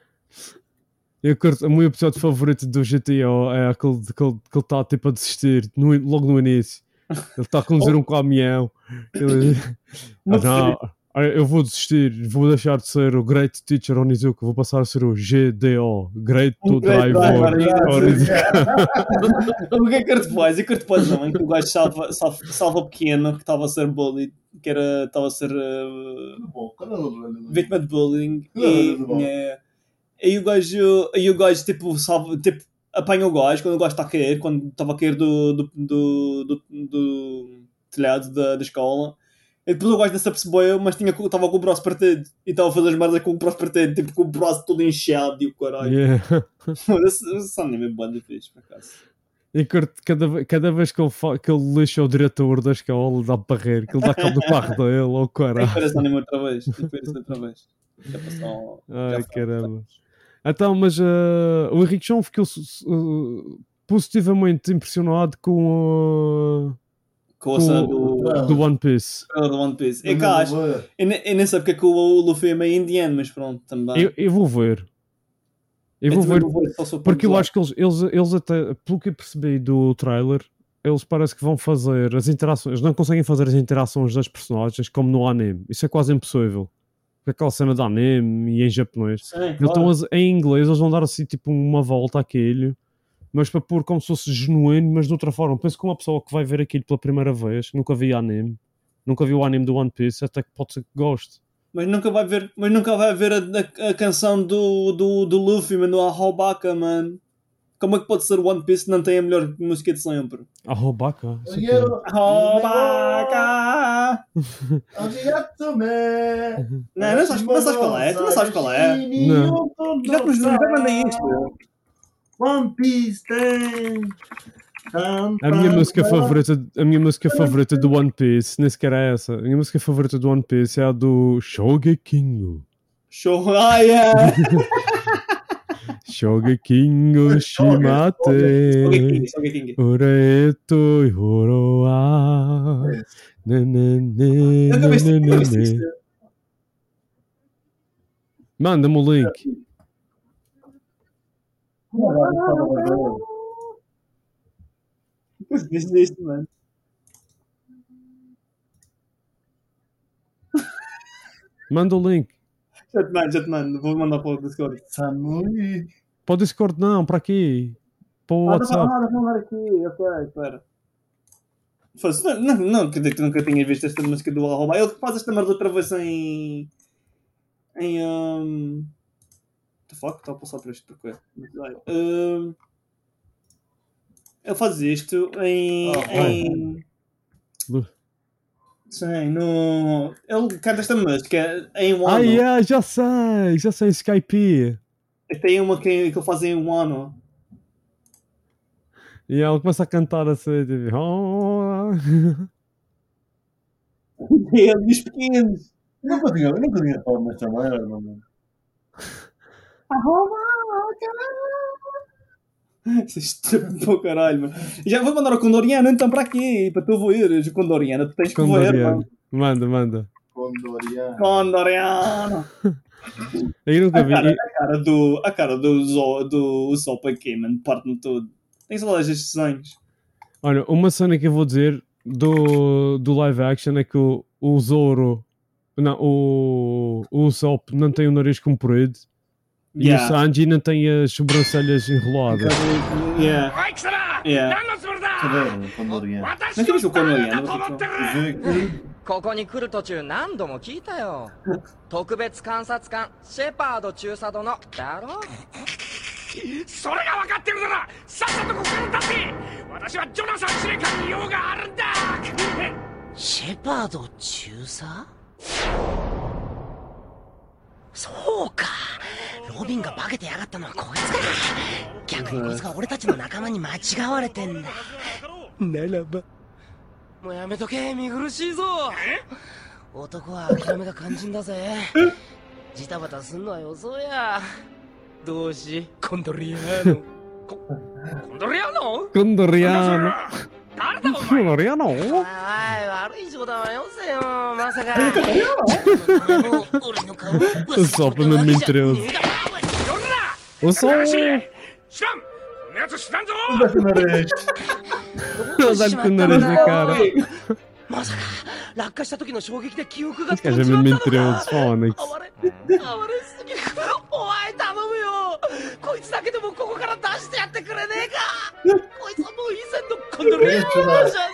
Eu curto, o meu episódio favorito do GTO é aquele de que ele que ele está tipo a desistir no in- logo no início. Ele está a conduzir um caminhão. Ele diz, "Ah, não, ah, eu vou desistir, vou deixar de ser o Great Teacher Onizuka, vou passar a ser o GDO, Great Um to great Driver driver, yeah. Onizuka. O que é Kurt Boys? E Kurt Boys não, em que o gajo salva, salva, salva o pequeno que estava a ser bullied, que era, estava a ser eh, Bom, é quando eu não lembro. vítima de bullying Não, e, não. eh, e o gajo e o gajo tipo, salva, tipo apanha o gajo quando o gajo está a cair quando estava a cair do, do, do, do- do telhado da, da escola e depois o gajo não se apercebeu mas tinha, co- estava com o braço partido e estava a fazer as merdas com o braço partido tipo com o braço todo inchado e o caralho Yeah. esse, esse anime é bem difícil por acaso E curto, cada, ve- cada vez que ele, fa- que ele lixa o diretor da escola, dá barreiro, que ele dá cabo do carro dele, ou tem caralho. que ver esse anime outra vez tem que ver esse outra vez já passou Ai, já foi. caramba. Então, mas ah, o Henrique João ficou su- su- ah, positivamente impressionado com, com ah, a cena com do, o do One Piece. do One Piece é Eu que não acho lembro. Eu, ne- eu nem sei porque é que o Luffy é meio indiano, mas pronto, também. Eu, eu vou ver. Então Eu vou também ver. não vou é só sou para Porque eu usar. acho que eles, eles, eles até, pelo que eu percebi do trailer, eles parece que vão fazer as interações, eles não conseguem fazer as interações das personagens como no anime. Isso é quase impossível. Porque aquela cena de anime e em japonês. Sim, Eles claro. estão a- em inglês, eles vão dar assim tipo uma volta àquilo, mas para pôr como se fosse genuíno, mas de outra forma. Penso que uma pessoa que vai ver aquilo pela primeira vez, que nunca vi anime, nunca viu o anime do One Piece, até que pode ser que goste. Mas nunca vai ver, mas nunca vai ver a, a- a canção do, do, do Luffy, mano, a Hobaka, mano. Como é que pode ser One Piece se não tem a melhor música de sempre? Ah, Robaka. Dinheiro. Hobaka! Arigato me. Não, não sabes, não sabes qual é, tu não sabes qual é. Não. Já te já te mandei isto. One Piece tem. A minha música favorita, a minha música favorita do One Piece, nem sequer é essa. A minha música favorita do One Piece é a do Shogekingo. Show. Ah, yeah! Shogekingo Shimate. King, Soga King. Ureto e Horoa. É. Nunca viste nunca viste isto. Manda-me o link. Nunca viste isto, mano. Manda o link. Já te mando, já te mando. Vou mandar para o Discord. Samui. Para o Discord, não, para aqui. Para o WhatsApp. Ah, não, aqui, ok, espera. Fosse- Não, não, não acredito que nunca tinha visto esta música do Arroba. Ele faz esta merda outra vez em. Em. Um... What the fuck? Estou a passar por isto porque. Um... Ele faz isto em. Ah, em... bem. Sim, no. Ele canta esta música em um Wano. Ah, yeah, já sei, já sei, Skype. Tem uma que, que ele faz em um Wano. E ela começa a cantar assim, tipo... "Oh." E ele diz pequenos. É, Nunca tinha, nunca tinha palmas também, era, mano. Isto é pô, caralho, mano. Já vou mandar o Condoriano então para aqui, para tu voeres. Condoriano, tu tens que voer, mano. Condoriano. Manda, manda. Condoriano. Condoriano. Aí nunca A vi. Ah, cara, é E- a cara do, a cara do, Zo, do Zopa aqui, mano, parte-me tudo. Tem saudades destes desenhos. Olha, uma cena que eu vou dizer do, do live action é que o, o Zoro, não, o, o Usopp não tem o nariz comprido e o Yeah. Sanji não tem as sobrancelhas enroladas. Yeah. Yeah. Caralho, Condoriano. Não queres o Condoriano? Mas, tipo, Zé- ここに来る途中何度も聞いたよ特別監察官シェパード中佐殿だろそれが分かってるならさっさとここから立て私はジョナサン司令官に用があるんだシェパード中佐そうかロビンが化けてやがったのはこいつか逆にこいつが俺たちの仲間に間違われてんだならばもうやめとけ見苦しいぞ男は諦めが肝心だぜジタバタすんのは予想やどうしコンドリアーノコンドリアーノ Condoriano! 誰だお前 Condoriano! おいおい悪い仕事はよせよま さか俺の顔俺の顔おそうぶんのミンテレオズ O ジョナらしい Zoro! 知らんこのやつ知らんぞ Olha com o nariz na cara. まさか落下した時の衝撃で記憶が Esse gajo é mesmo mentiroso, Fónix. 暴れ暴れすぎるお前頼むよこいつだけでもここから出してやってくれねえかこいつはもう以前のコンドリアーノじゃね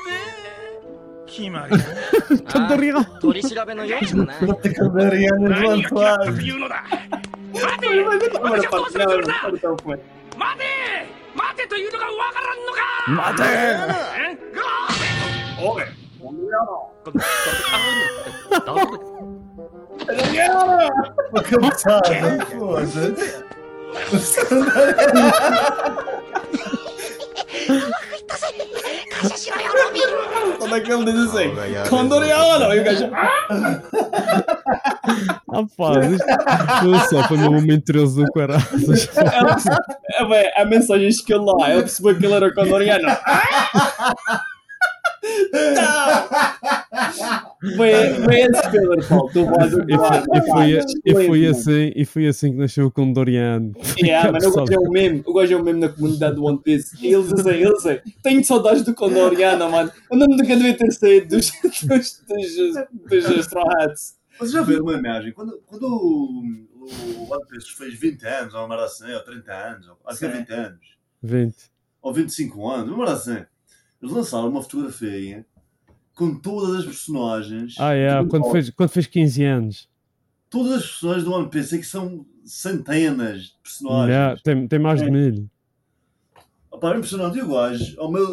決まりだえ Condoriano! あ取り調べの余地もない Puta, Condoriano 何が決まったと levantado. いうのだ待て私はどうするつもりだ Não, 待て待てというのが分からんのか待てえぐあおい Uma cabeçada, foda-se. Os Condoriano. 感謝しろよロビン Como é que ele diz assim? Condoriano! E o gajo. Rapaz, ah, isto... o Usopp é mesmo mentiroso do caralho. Ela perce- É, véi, a mensagem que ele lá, ele percebeu que ele era condoriano. Foi, foi esse filler, Paulo. Tu vais E foi, e foi- e foi assim, e foi assim que nasceu o Condoriano. Yeah, mano, eu gosto é o meme, eu gosto é o meme na comunidade do One Piece. E Eles dizem, eles dizem, tenho saudades do Condoriano, mano. Eu não nunca devia ter saído dos, dos, dos, dos Straw Hats. Vocês já viram uma imagem? Quando, quando o, o One Piece fez 20 anos, ou uma merda assim, ou 30 anos, ou acho que é Sim. 20 anos, 20. ou 25 anos, uma merda assim, eles lançaram uma fotografia com todas as personagens. Ah, é, do- quando fez, quando fez 15 anos. Todas as personagens do One Piece, é que são centenas de personagens. Yeah, tem, tem mais de mil. Opa, é impressionante. E o gajo, ao meu,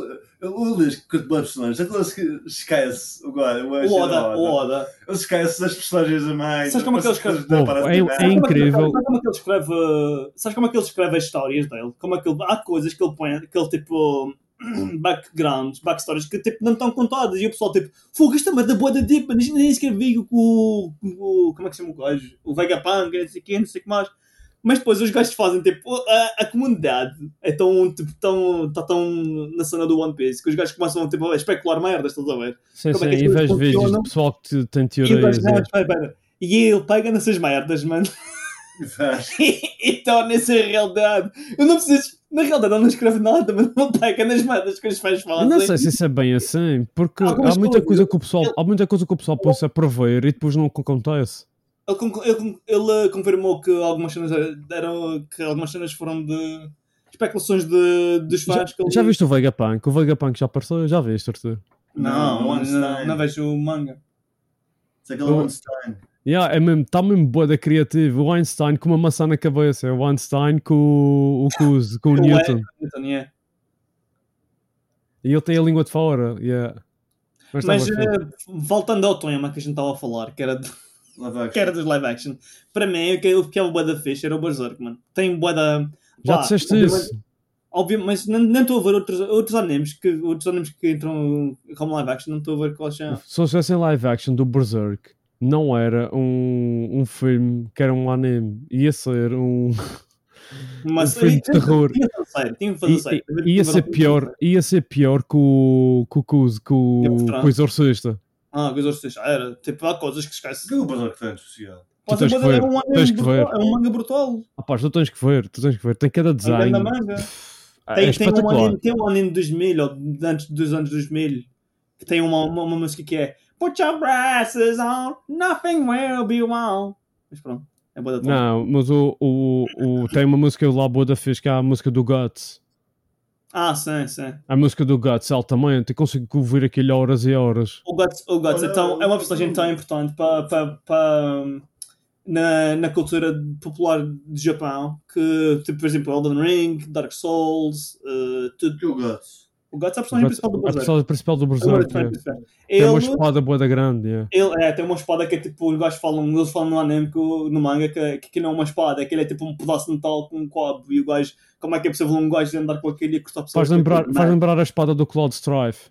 eu- o Luís que curte bem personagens, aquilo que esquece o gajo. O é, Oda, o Oda. Ele esquece das personagens a mais. Sabes como é que eles as- as- escrevem? parece É- nada. é incrível. Sabes como é que ele escreve. Sabes como é que ele escreve as histórias dele? Como é que ele, há coisas que ele põe, que ele tipo. Backgrounds, backstories que tipo, não estão contadas e o pessoal tipo, fogo, esta merda boa da deep, mas nem escrevi o, o, o. Como é que se chama o gajo? O Vegapunk, não sei o que, não sei o que mais. Mas depois os gajos fazem tipo, a, a comunidade é tão, tipo, tão, tá tão na cena do One Piece que os gajos começam tipo, a especular merdas, estás a ver? Sim, Como é sim, que as e coisas vejo vídeos funcionam? de pessoal que te- tem E o teorias. gajo, não, é. espera, espera. E ele pega nessas merdas, mano, e torna-se a Então, realidade. Eu não preciso. Na realidade, ele não escreve nada, mas ele pega nas merdas que os fãs Eu fazem. Não sei se isso é bem assim, porque há Algumas muita coisas- coisa que o pessoal, há muita coisa que o pessoal põe-se a prever e depois não acontece. Ele, con- ele con- ele confirmou que algumas cenas eram. que algumas cenas foram de. especulações de, dos Já, fãs. que ele- já viste o Vegapunk? O Vegapunk já apareceu? Já viste, Arthur? Não, Não, não, Einstein. não, vejo o manga. Isso é aquele Einstein. Yeah, é mesmo, está mesmo boa da criativa. O Einstein com uma maçã na cabeça, É o Einstein com o, o, com o- com o Ué. Newton. Então, yeah. E ele tem a língua de fora, yeah. Mas, Mas tá bem feito. eh, voltando ao tema que a gente estava a falar, que era de- Lava a que era dos live action, para mim o que o que é o Boeda Fish era o Berserk, mano. Tem Boeda. já disseste isso. Obviamente, mas não não estou a ver outros, outros animes que outros animes que entram como live action, não estou a ver quais são. Se eles fizessem live action do Berserk, não era um, um filme que era um anime, ia ser um, um Mas filme de tinha que terror. fazer, tinha que fazer I- certo. i- Ia ser pior, ia ser pior que o, que o, Cus- que o, Exorcista. que o Exorcista. Ah, coisas que seja, era. Tipo, há coisas que esquece. Que é o Bazar que tem associado? Tu tens que ver, é um anime tens que brutal, ver. é um manga brutal. Rapaz, tu tens que ver, tu tens que ver. Tem cada A design. grande manga. Tem, É tem, um espetacular. anime, tem um anime dos mil, ou de antes dos anos 2000, que tem uma, uma, uma música que é Put your braces on, nothing will be wrong. Mas pronto, é boa da tua. Não, mas o, o, o- tem uma música lá boa da fez que é a música do Guts. Ah, sim, sim. A música do Guts é altamente. Eu consigo ouvir aquilo horas e horas. O Guts, o Guts é, tão, é uma personagem tão importante para, para, na, na cultura popular do Japão que, tipo, por exemplo, Elden Ring, Dark Souls, eh, tudo. o Guts? O Guts é a O personagem Guts- principal do a Berserk. personagem principal É do uma Berserk. personagem é. principal. Tem uma Ele- espada boa da grande. é. Ele é, tem uma espada que é tipo, os gajos falam, eles falam no anime que o- no manga que, que aquilo não é uma espada, aquilo é tipo um pedaço de metal com um cabo e o gajo, como é que é possível um gajo andar com aquilo e cortar pessoas? Faz lembrar, Tipo, faz não. lembrar a espada do Cloud Strife.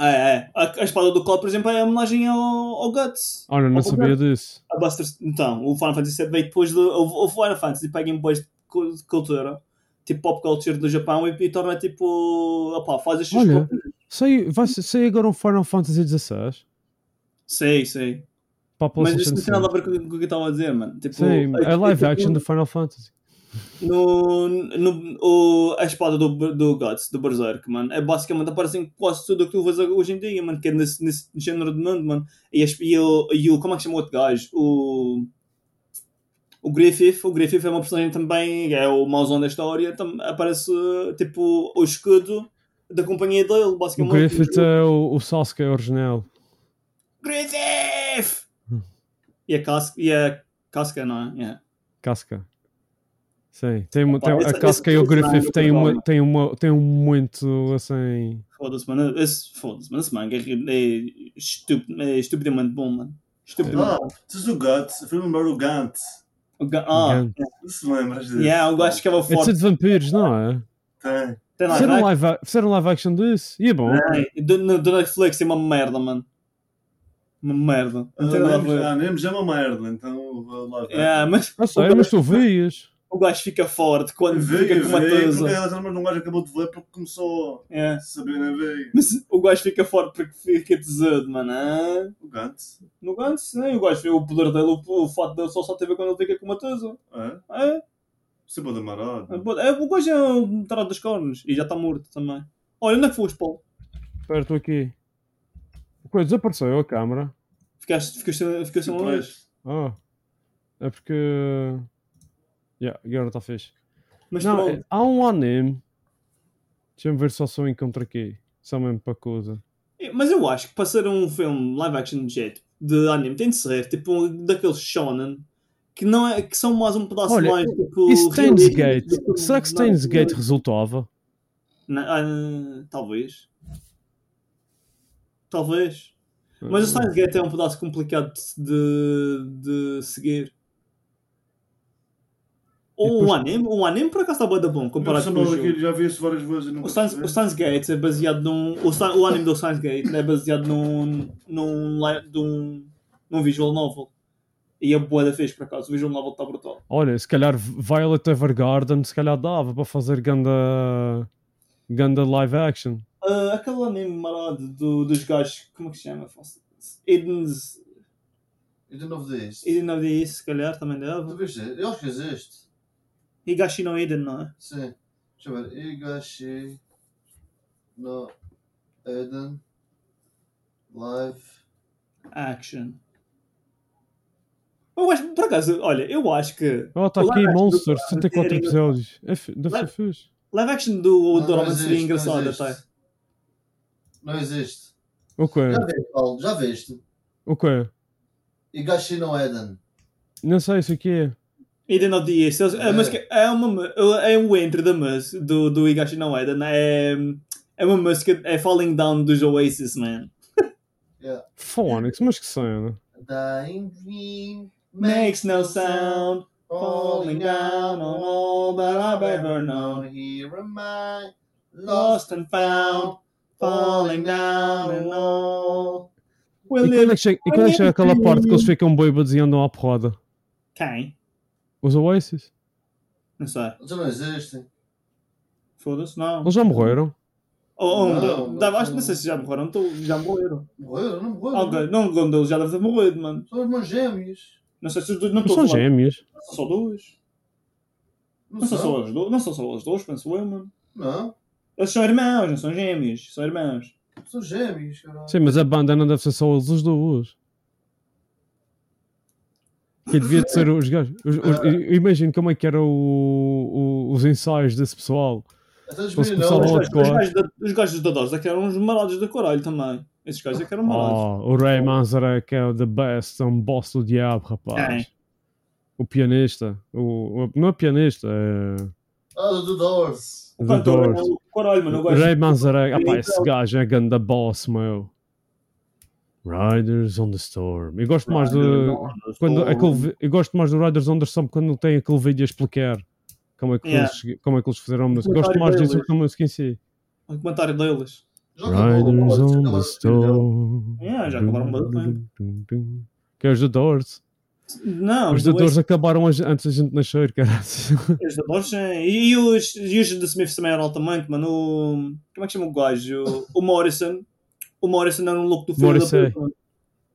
É, é. A, a espada do Cloud, por exemplo, é homenagem ao, ao Guts. Olha, Ah, não Ao sabia Guts. disso. A Buster, então, o Final Fantasy VII veio depois do. Houve houve o Final Fantasy pega em boas de cu- de cultura, tipo pop culture do Japão e, e torna tipo. Opá, faz as suas Olha, próprias. sei, vai, ser- sei agora um Final Fantasy XVI. Sei, sei. Para a Mas PlayStation isso não tem nada a 5. ver com, com o que eu estava a dizer, mano. Tipo, é Sim, é- é é live tipo- action do Final Fantasy. no, no, o, a espada do, do Guts, do Berserk, mano, é basicamente aparece em quase tudo o que tu vês hoje em dia, mano, que é nesse, nesse género de mundo, mano. E, as, e, o, e o, como é que chama o outro gajo? O, o Griffith, o Griffith é uma personagem também, é o mauzão da história, tam, aparece tipo o escudo da companhia dele, O basicamente. Griffith é o, o Sasuke original. Griffith! Hum. E a casca, e a casca não é? Yeah. Casca. Sim, tem, uma- tem- Opa, a esse- Casca esse é e o design Griffith do tem, uma, programa. tem, uma, tem um muito assim. Foda-se, mano. Esse, foda-se, mano. Esse manga é, ri- é, estup- é estupidamente bom, mano. Estupidamente Ah, bom. diz o Guts, foi lembrar o Gant. O ga- ah, Gigante. Não se lembras dele? yeah, o gajo que é uma É de ser foto. de vampiros, não é? Tem. Tem lá, Fizeram né? live, a- fizeram live action disso? E é bom. É, Do, no- do Netflix é uma merda, mano. Uma merda. Não tem nada a ver. Ah, mesmo já é uma merda, então vou lá ver. Yeah, mas Não sei, mas tu vias. o gajo fica forte quando Veio, fica com uma veio, porque tosa. ela mas um gajo acabou de ver porque começou É. a saber né, na veia. Mas o gajo fica forte porque fica tesado, mano. hã? O Gantz. No ganho, sim. O gajo vê o poder dele, o, o fato dele só só teve quando ele fica com uma tosa. É? É. Sabe da marada. É, o gajo é um tarado dos cornos e já está morto também. Olha, onde é que foste, Paulo? Espera, estou aqui. A coisa desapareceu a câmara. Ficaste, ficaste, ficaste é é sem uma vez? Pois. Ah. É porque. Yeah, agora está fixe. Mas não, pronto. é- há um anime. Deixa-me ver só se eu encontro aqui. Só mesmo para coisa. É, Mas eu acho que para ser um filme live action de jeito de anime tem de ser tipo um daqueles shonen que, não é, que são mais um pedaço Olha, mais tipo. E Steins realista Gate? do que- Será que não, Steins Gate não- resultava? não, ah, talvez. Talvez. Mas o Steins Gate é um pedaço complicado de, de de seguir. Ou depois- um anime, um anime por acaso está bué da bom Comparado comparado com o jogo. já vi isso várias vezes e nunca O Steins, o percebi. Steins Gate é baseado num. O, Stein- o anime do Steins Gate é baseado num. num, li- num, num visual novel. E a boa da fez, por acaso. O visual novel está brutal. Olha, se calhar Violet Evergarden, se calhar dava para fazer ganda, ganda live action. Ah, aquele anime marado do, dos gajos. Como é que se chama? Faço- Eden's. E de novo deste. Eden of the East, se calhar, também Tu dava. viste? Eu acho que existe. Higashi no Eden, não é? Sim. Deixa eu ver. Igashi. No. Eden. Live. Action. Eu acho, por acaso, olha, eu acho que. Oh, está o live aqui action do- Monster, 64 era- episódios. É fi- Deve ser Live- fixe. Live action do Não, Dorama não seria existe, engraçado não até. existe. Não existe. O quê? Já viste, Paulo? Já viste? O quê? Igashi no Eden. Não sei isso aqui é. Eden of the East. Eles- A É. música é uma mu- é um intro da música do, do Higashi no Eden. É, é uma música é Falling Down dos Oasis, man. Phonics, mas que cena. Dying dream. Makes no sound falling down on all that I've ever known. Here am I. Lost. Lost and found falling down and all. E quando é que chega, e quando é que chega aquela parte que eles ficam bêbados e andam à porrada? Quem? Os Oasis? Não sei. Eles não existem. Foda-se, não. Eles já morreram? Ou um deles. Dava- Acho que não sei se já morreram. Então, já morreram. Morreram, não morreram. Alguém, não, um deles já deve ter morrido, mano. São irmãos gêmeos. Não sei se os dois não Não estou a são falar- gêmeos. São só dois. Não, são só os dois, não são só os dois, penso eu, mano. Não, Eles são irmãos, não são gêmeos, são irmãos. são gêmeos, caralho. Sim, mas a banda não deve ser só eles os dois. Que devia de ser os gajos. Os, os, Ah. eu imagino como é que eram os ensaios desse pessoal. Até os Eles meninos. começaram não, logo. mas- Os gajos da- Os gajos da DOS é que eram uns marados do caralho também. Esses gajos é que eram marados. Oh, o Ray Manzarek é o the best, é um boss do diabo, rapaz. Quem? O pianista. O, o- não é pianista, é. Ah, do Doors. O The cantor é Doors. o caralho, mano. Eu gosto. Ray Manzarek. Ah, pá, esse gajo é ganda boss, meu. Riders on the Storm. Eu gosto mais do. Quando, aquele, vi- eu gosto mais do Riders on the Storm quando tem aquele vídeo a explicar como é que, Yeah. eles, como é que eles fizeram a música. Comentário Gosto mais disso deles. que a música em si. O comentário deles. tá Riders on the Storm. Yeah, já acabaram né? uma banda. Que é os The Doors. Não, os The Doors acabaram hoje- antes da gente nascer, cara. Os da Doors, sim. E, e os, e os da Smith também eram altamente, mano. O, como é que chama o gajo? O, o Morrison. O Morrison era um louco do filho Morrissey. da puta. mano.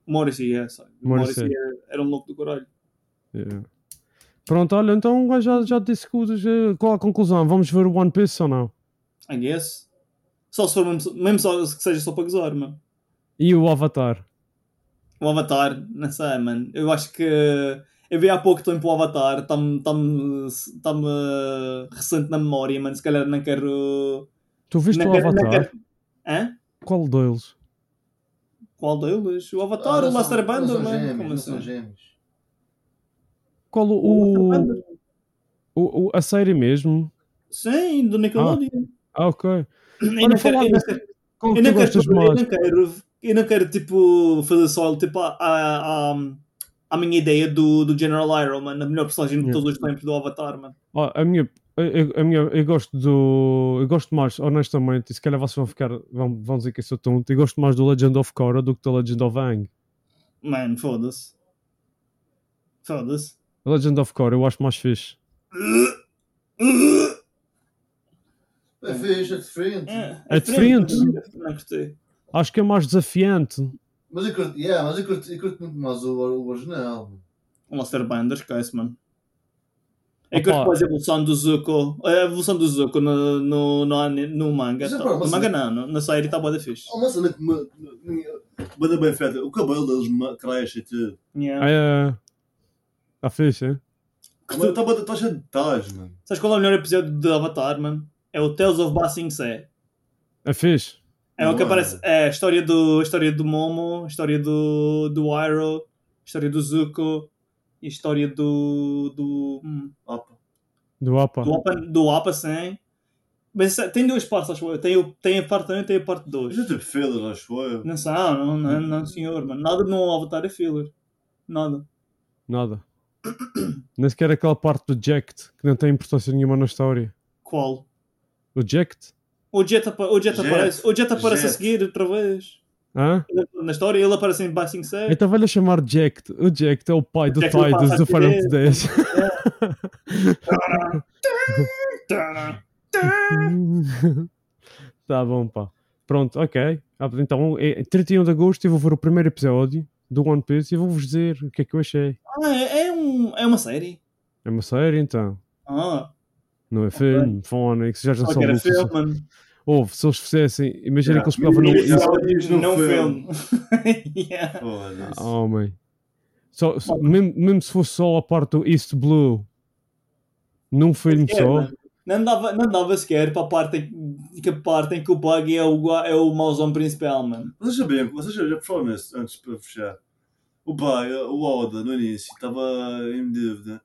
Morrissey, é, sabe? Morrissey. Morrissey era- era um louco do caralho. Yeah. Pronto, olha, então o gajo já, já disse que, o- já- qual a conclusão? Vamos ver o One Piece ou não? I guess. Só se for mesmo, mesmo só, que seja só para gozar, mano. E o Avatar? O Avatar, não sei, mano. Eu acho que. Eu vi há pouco tempo o Avatar, está-me tá recente na memória, mano. Se calhar não quero. Tu viste não o quero- não Avatar? quero- Hã? Qual deles? Qual deles? O Ah, Avatar, não o são- Lester não Bender, são mano. gêmeos, Como Não assim? são gêmeos. Qual tá O o, Lester o, Bender. o- a série mesmo? Sim, do Nickelodeon. Ah, ok. Eu Olha, não quero- falar eu não quero- desse- Qual que eu tu não quero gostas fazer- eu mais? não quero- eu não quero, tipo, fazer só tipo, a, a, a, a minha ideia do, do General Iron Man, a melhor personagem de Yeah. todos os tempos do Avatar, mano. Ó, Ah, a minha, eu, a minha, eu gosto do. Eu gosto mais, honestamente, e se calhar vocês vão ficar. Vão, vão dizer que eu sou tonto. Eu gosto mais do Legend of Korra do que do Legend of Aang. Mano, foda-se. Foda-se. O Legend of Korra eu acho mais fixe. É fixe, é diferente. É diferente. Não gostei. Acho que é mais desafiante. Mas eu curto, yeah, mas eu curto, eu curto muito mais o, o original. mano. O Lester Bender, esquece, mano. É que eu Opa. depois a evolução do Zuko, a evolução do Zuko no, no, no, ani- no manga, Mas Oh. é tá- pá, no mas- manga não, no- na série está boa da fixe. Há uma cena é que me- me- me- Banda bem feita. O cabelo deles ma- cresce e tudo. Yeah. É. Está fixe, é? hein? Está tá cheio de detalhes, mano. Sabes qual é o melhor episódio de Avatar, mano? É o Tales of Ba Sing Se. É fixe. É o que Boa. aparece. É a história do, a história do Momo, a história do, do Iroh, a história do Zuko e a história do. do. hum, Opa. Do APA. do Appa, do Appa sim. Mas se- tem duas partes, acho eu. Tem, o- tem a parte 1 e tem a parte 2. Mas é tipo fillers, acho eu. Não são, não, não, não, senhor, mano. Nada no Avatar é filler. Nada. Nada. Nem sequer aquela parte do Jacked que não tem importância nenhuma na história. Qual? O Jacked? O Jet, apa- o Jet, Jet. aparece, o Jet aparece a Jet. seguir outra vez. Hã? Na história ele aparece em Basing 6. Então vai-lhe chamar Jacked. O Jacked é o pai do Jacked é o Tidus do pássaro Final chinês. 10. tá bom, pá. Pronto, ok. Ah, Então, é 31 de agosto eu vou ver o primeiro episódio do One Piece e vou-vos dizer o que é que eu achei. Ah, é, é um, é uma série. É uma série, então. Ah, Não é filme, Phonics, já já só são que era lucros. filme, mano. Houve, se eles fizessem, imagina que eles pegavam Não, no. isso- Episódios não não filme. yeah. Foda-se. Oh, man. Só, só- mesmo, mesmo se fosse só a parte do East Blue num filme É, só, mano. Não dava, não dava sequer para a parte em, que a parte em que o Buggy é o, gua- é o mauzão principal, mano. Vocês sabiam, vocês já já falaram nisso antes para fechar. O pai, o Oda, no início, estava em dívida.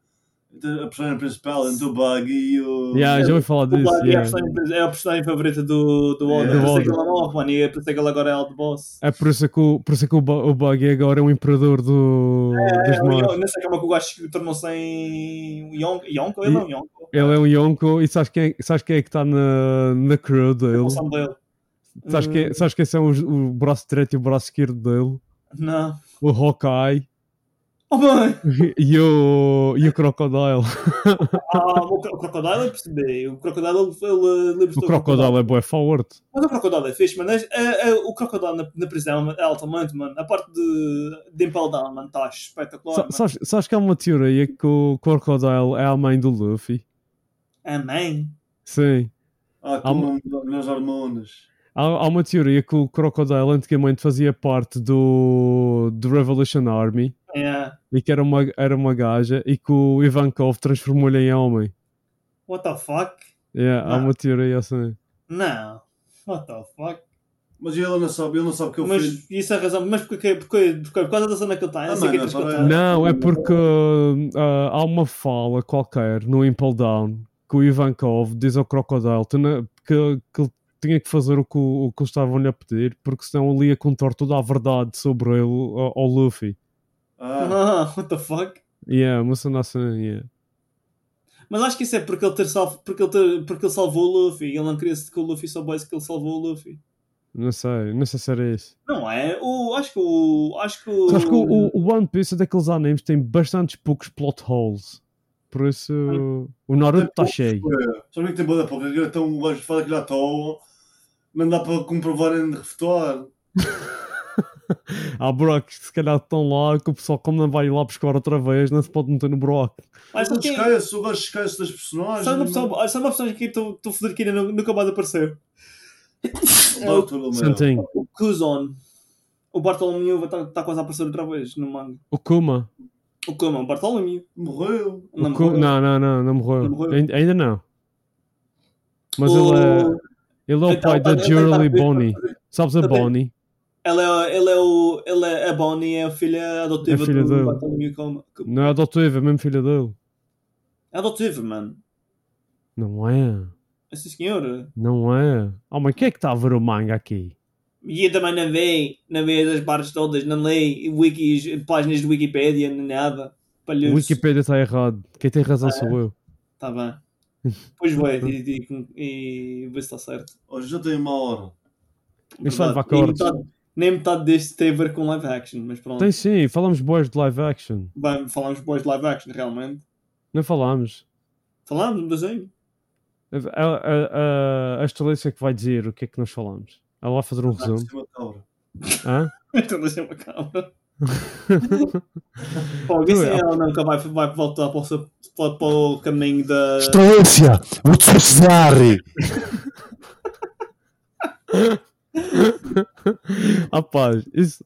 Então, a personagem principal entre o Bug e o. yeah, já ouvi falar O disso. Buggy é, a yeah. personagem, é a personagem favorita do, do Oda. É, por isso é do que Oda. ela morre, mano. E por isso é que ele agora é o de boss. É por isso que, o, por isso que o, Bu- o Buggy agora é o imperador do, dos É, o Yon- mares. Nessa cama que o gajo que tornou-se em o Yonko. Yonko? Ele E- não é um Yonko. Ele é um Yonko e sabes quem, é- sabes quem é que está na, na crew É o dele? som dele. Sabes quem, sabes quem são os, o braço direito e o braço esquerdo dele? Não. O Hawkeye. Oh, mãe! E o, e o Crocodile. Ah, o cro- o Crocodile eu percebi. O Crocodile ele, ele O libertou Crocodile é bué forte. Mas o Crocodile é fixe, mano. É- é- é- o Crocodile na, na prisão é altamente, mano. A parte de, de Impel Down, mano, está tá espetacular. Sa- mano. Sabes, sabes que há uma teoria que o Crocodile é a mãe do Luffy? Amém. Sim. Ah, Há uma- como nas hormonas. Há, há uma teoria que o Crocodile antigamente fazia parte do, do Revolution Army Yeah. e que era uma, era uma gaja e que o Ivankov transformou-lhe em homem. What the fuck? Yeah, há Ah. uma teoria assim. Não. What the fuck? Mas ele não sabe, ele não sabe que eu Mas fiz. isso é a razão. Mas porquê? Porquê? Porquê? Por causa da cena que ele tem. Ah, Não sei o que é mano, que eles agora- contaram. Não, é porque ah, há uma fala qualquer no Impel Down que o Ivankov diz ao Crocodile tu não- que, que ele tinha que fazer o que, o que eles estavam-lhe a pedir porque senão ele ia contar toda a verdade sobre ele ao, ao Luffy. Ah, what the fuck? Yeah, uma cena assim, yeah. Mas acho que isso é porque ele, ter salvo, porque, ele ter- porque ele salvou o Luffy. Ele não queria que o Luffy soubesse que ele salvou o Luffy. Não sei, não sei se era isso. Não é? O, acho que o. Acho que o. Sabes que o, o- o One Piece é daqueles animes que tem bastantes poucos plot holes. Por isso o Naruto está cheio. Só que tem boa da pouca, que então o gajo fala que lhe à toa, não dá para comprovar em refutar. Há buracos que se calhar estão lá que o pessoal, como não vai lá buscar outra vez, não se pode meter no buraco. Mas é Ele não tem- esquece, o gajo esquece das personagens. é? Sabe uma mano. pessoa, sabe uma pessoa que estou estou a foder que ainda nu- nunca mais apareceu? É o- Bartolomeu. Santinho. O Kuzon. O Bartolomeu está tá quase a aparecer outra vez no manga. O Kuma. O Kuma, o Bartolomeu. Morreu. O Ku- Não, não, não, não morreu. Não morreu. Ain- Ainda não. Mas O- ele é. Ele é o Então, pai da ele tá- Jurley ele tá- Bonnie. Sabes a Ele tem- Bonnie? Ela é, ela é o. Ela é a Bonnie, é a filha adotiva É filha do dele. Bartolomeu Kuma. Não é adotiva, é mesmo filha dele. É adotiva, mano. Não é. É Sim, senhor. Não é. Oh, mas quem é que está a ver o manga aqui? E eu também não vi, não vi as partes todas, não li wikis, páginas de Wikipedia, nem nada. O Palhaço. Wikipedia está errado. Quem tem razão Ah, é? sou eu. Tá bem. Pois vai, e, e, e vê se está certo. Hoje já tem uma hora. Isto vai levar Nem cortes. metade, nem metade deste tem a ver com live action, mas pronto. Tem sim, falamos boas de live action. Bem, falamos depois de live action, realmente. Não falamos. Falamos no desenho. A, a, a, a Estelícia que vai dizer o que é que nós falamos. Ela vai fazer um Vai resumo. ser uma cabra. Hã? Então deixa-me calma. Pô, alguém Tu sem é- ela nunca vai, vai voltar para o, seu- para para o caminho da. Excelência, vou-te suicidar. Rapaz, isso...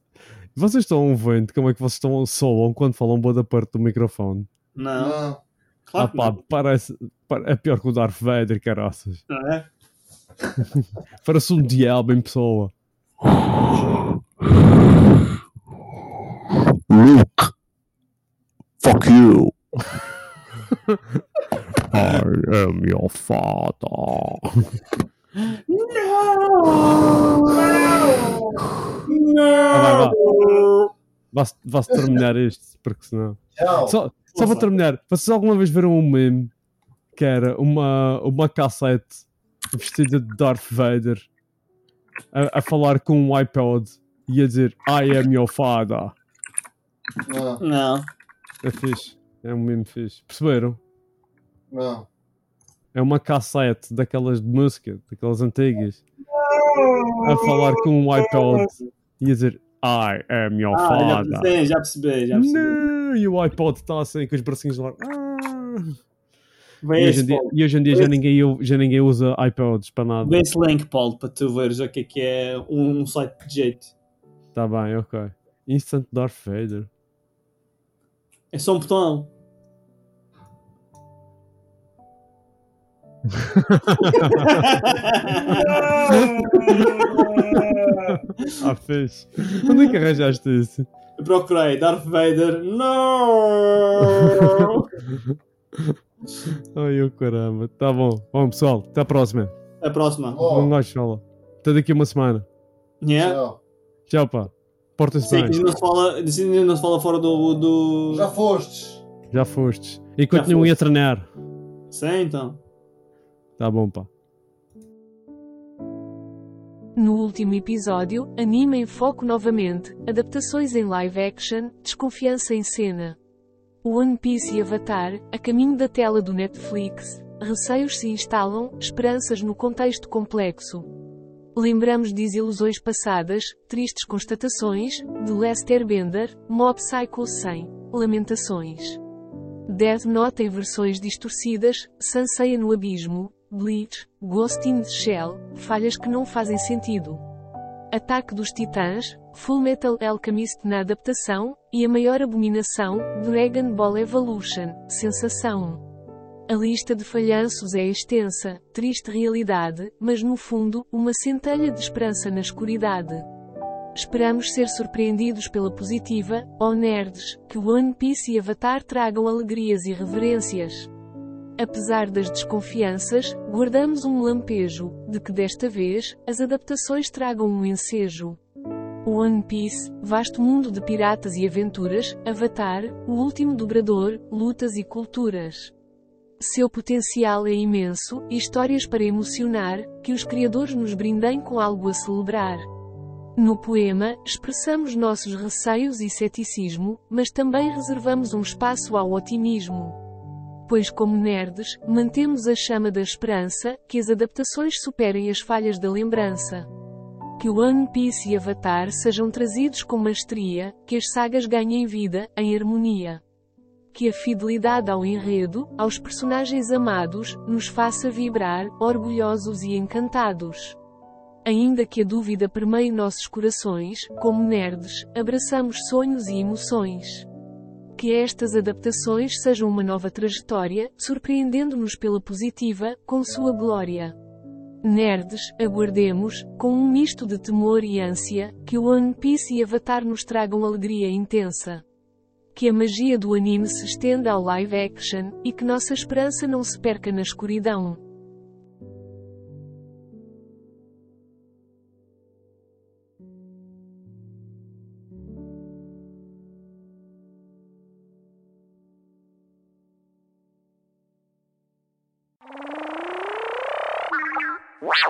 vocês estão vendo como é que vocês estão soam quando falam boa da parte do microfone? Não. Ah Claro que pá, parece. pa- É pior que o Darth Vader, caraças. não. não é? Parece um diabo em pessoa. Luke, fuck you. I am your father. Ah, Não! Vá-se terminar isto, porque senão. Tchau. Só, só para terminar, vocês alguma vez viram um meme que era uma, uma cassete vestida de Darth Vader a, a falar com um iPod e a dizer I am your father? Não, Não. É fixe, é um meme fixe. Perceberam? não. É uma cassete daquelas de música, daquelas antigas, a falar com um iPod e a dizer I am your Ah, já father. percebi, já percebi, já percebi. Não, e o iPod está assim com os bracinhos lá. Ah. Vê E hoje, esse, em dia, Paulo. e hoje em dia Vê já, esse- ninguém, u- já ninguém usa iPods para nada. Vê esse link, Paulo, para tu veres o que é que é um, um site de jeito. Tá bem, ok. Instant Darth Vader. É só um botão. Oh. Ah, fixe. Onde é que arranjaste isso? Eu procurei Darth Vader. Não! Ai, eu caramba. Tá bom. Bom, pessoal, até à próxima. Até a próxima. Oh. Não gosto de falar. Até daqui a uma semana. Yeah. Tchau. Tchau, pá. Portem-se Sim, bem. ainda não se fala, ainda não se fala fora do, do. Já fostes. Já fostes. E continuem a foste. treinar. Sim, então. Tá bom, pá. No último episódio, anime em foco novamente, adaptações em live action, desconfiança em cena. One Piece e Avatar, a caminho da tela do Netflix, receios se instalam, esperanças no contexto complexo. Lembramos desilusões passadas, tristes constatações, de Lester Bender, Mob Psycho 100, Lamentações. Death Note em versões distorcidas, Sanseia no Abismo, Bleach, Ghost in the Shell, falhas que não fazem sentido. Ataque dos Titãs, Full Metal Alchemist na adaptação, e a maior abominação, Dragon Ball Evolution, sensação. A lista de falhanços é extensa, triste realidade, mas no fundo, uma centelha de esperança na escuridade. Esperamos ser surpreendidos pela positiva, oh nerds, que One Piece e Avatar tragam alegrias e reverências. Apesar das desconfianças, guardamos um lampejo, de que desta vez, as adaptações tragam um ensejo. One Piece, vasto mundo de piratas e aventuras, Avatar, o último dobrador, lutas e culturas. Seu potencial é imenso, histórias para emocionar, que os criadores nos brindem com algo a celebrar. No poema, expressamos nossos receios e ceticismo, mas também reservamos um espaço ao otimismo pois como nerds, mantemos a chama da esperança, que as adaptações superem as falhas da lembrança. Que One Piece e Avatar sejam trazidos com maestria, que as sagas ganhem vida, em harmonia. Que a fidelidade ao enredo, aos personagens amados, nos faça vibrar, orgulhosos e encantados. Ainda que a dúvida permeie nossos corações, como nerds, abraçamos sonhos e emoções que estas adaptações sejam uma nova trajetória, surpreendendo-nos pela positiva, com sua glória. Nerds, aguardemos, com um misto de temor e ânsia, que One Piece e Avatar nos tragam alegria intensa. Que a magia do anime se estenda ao live action, e que nossa esperança não se perca na escuridão. Wow.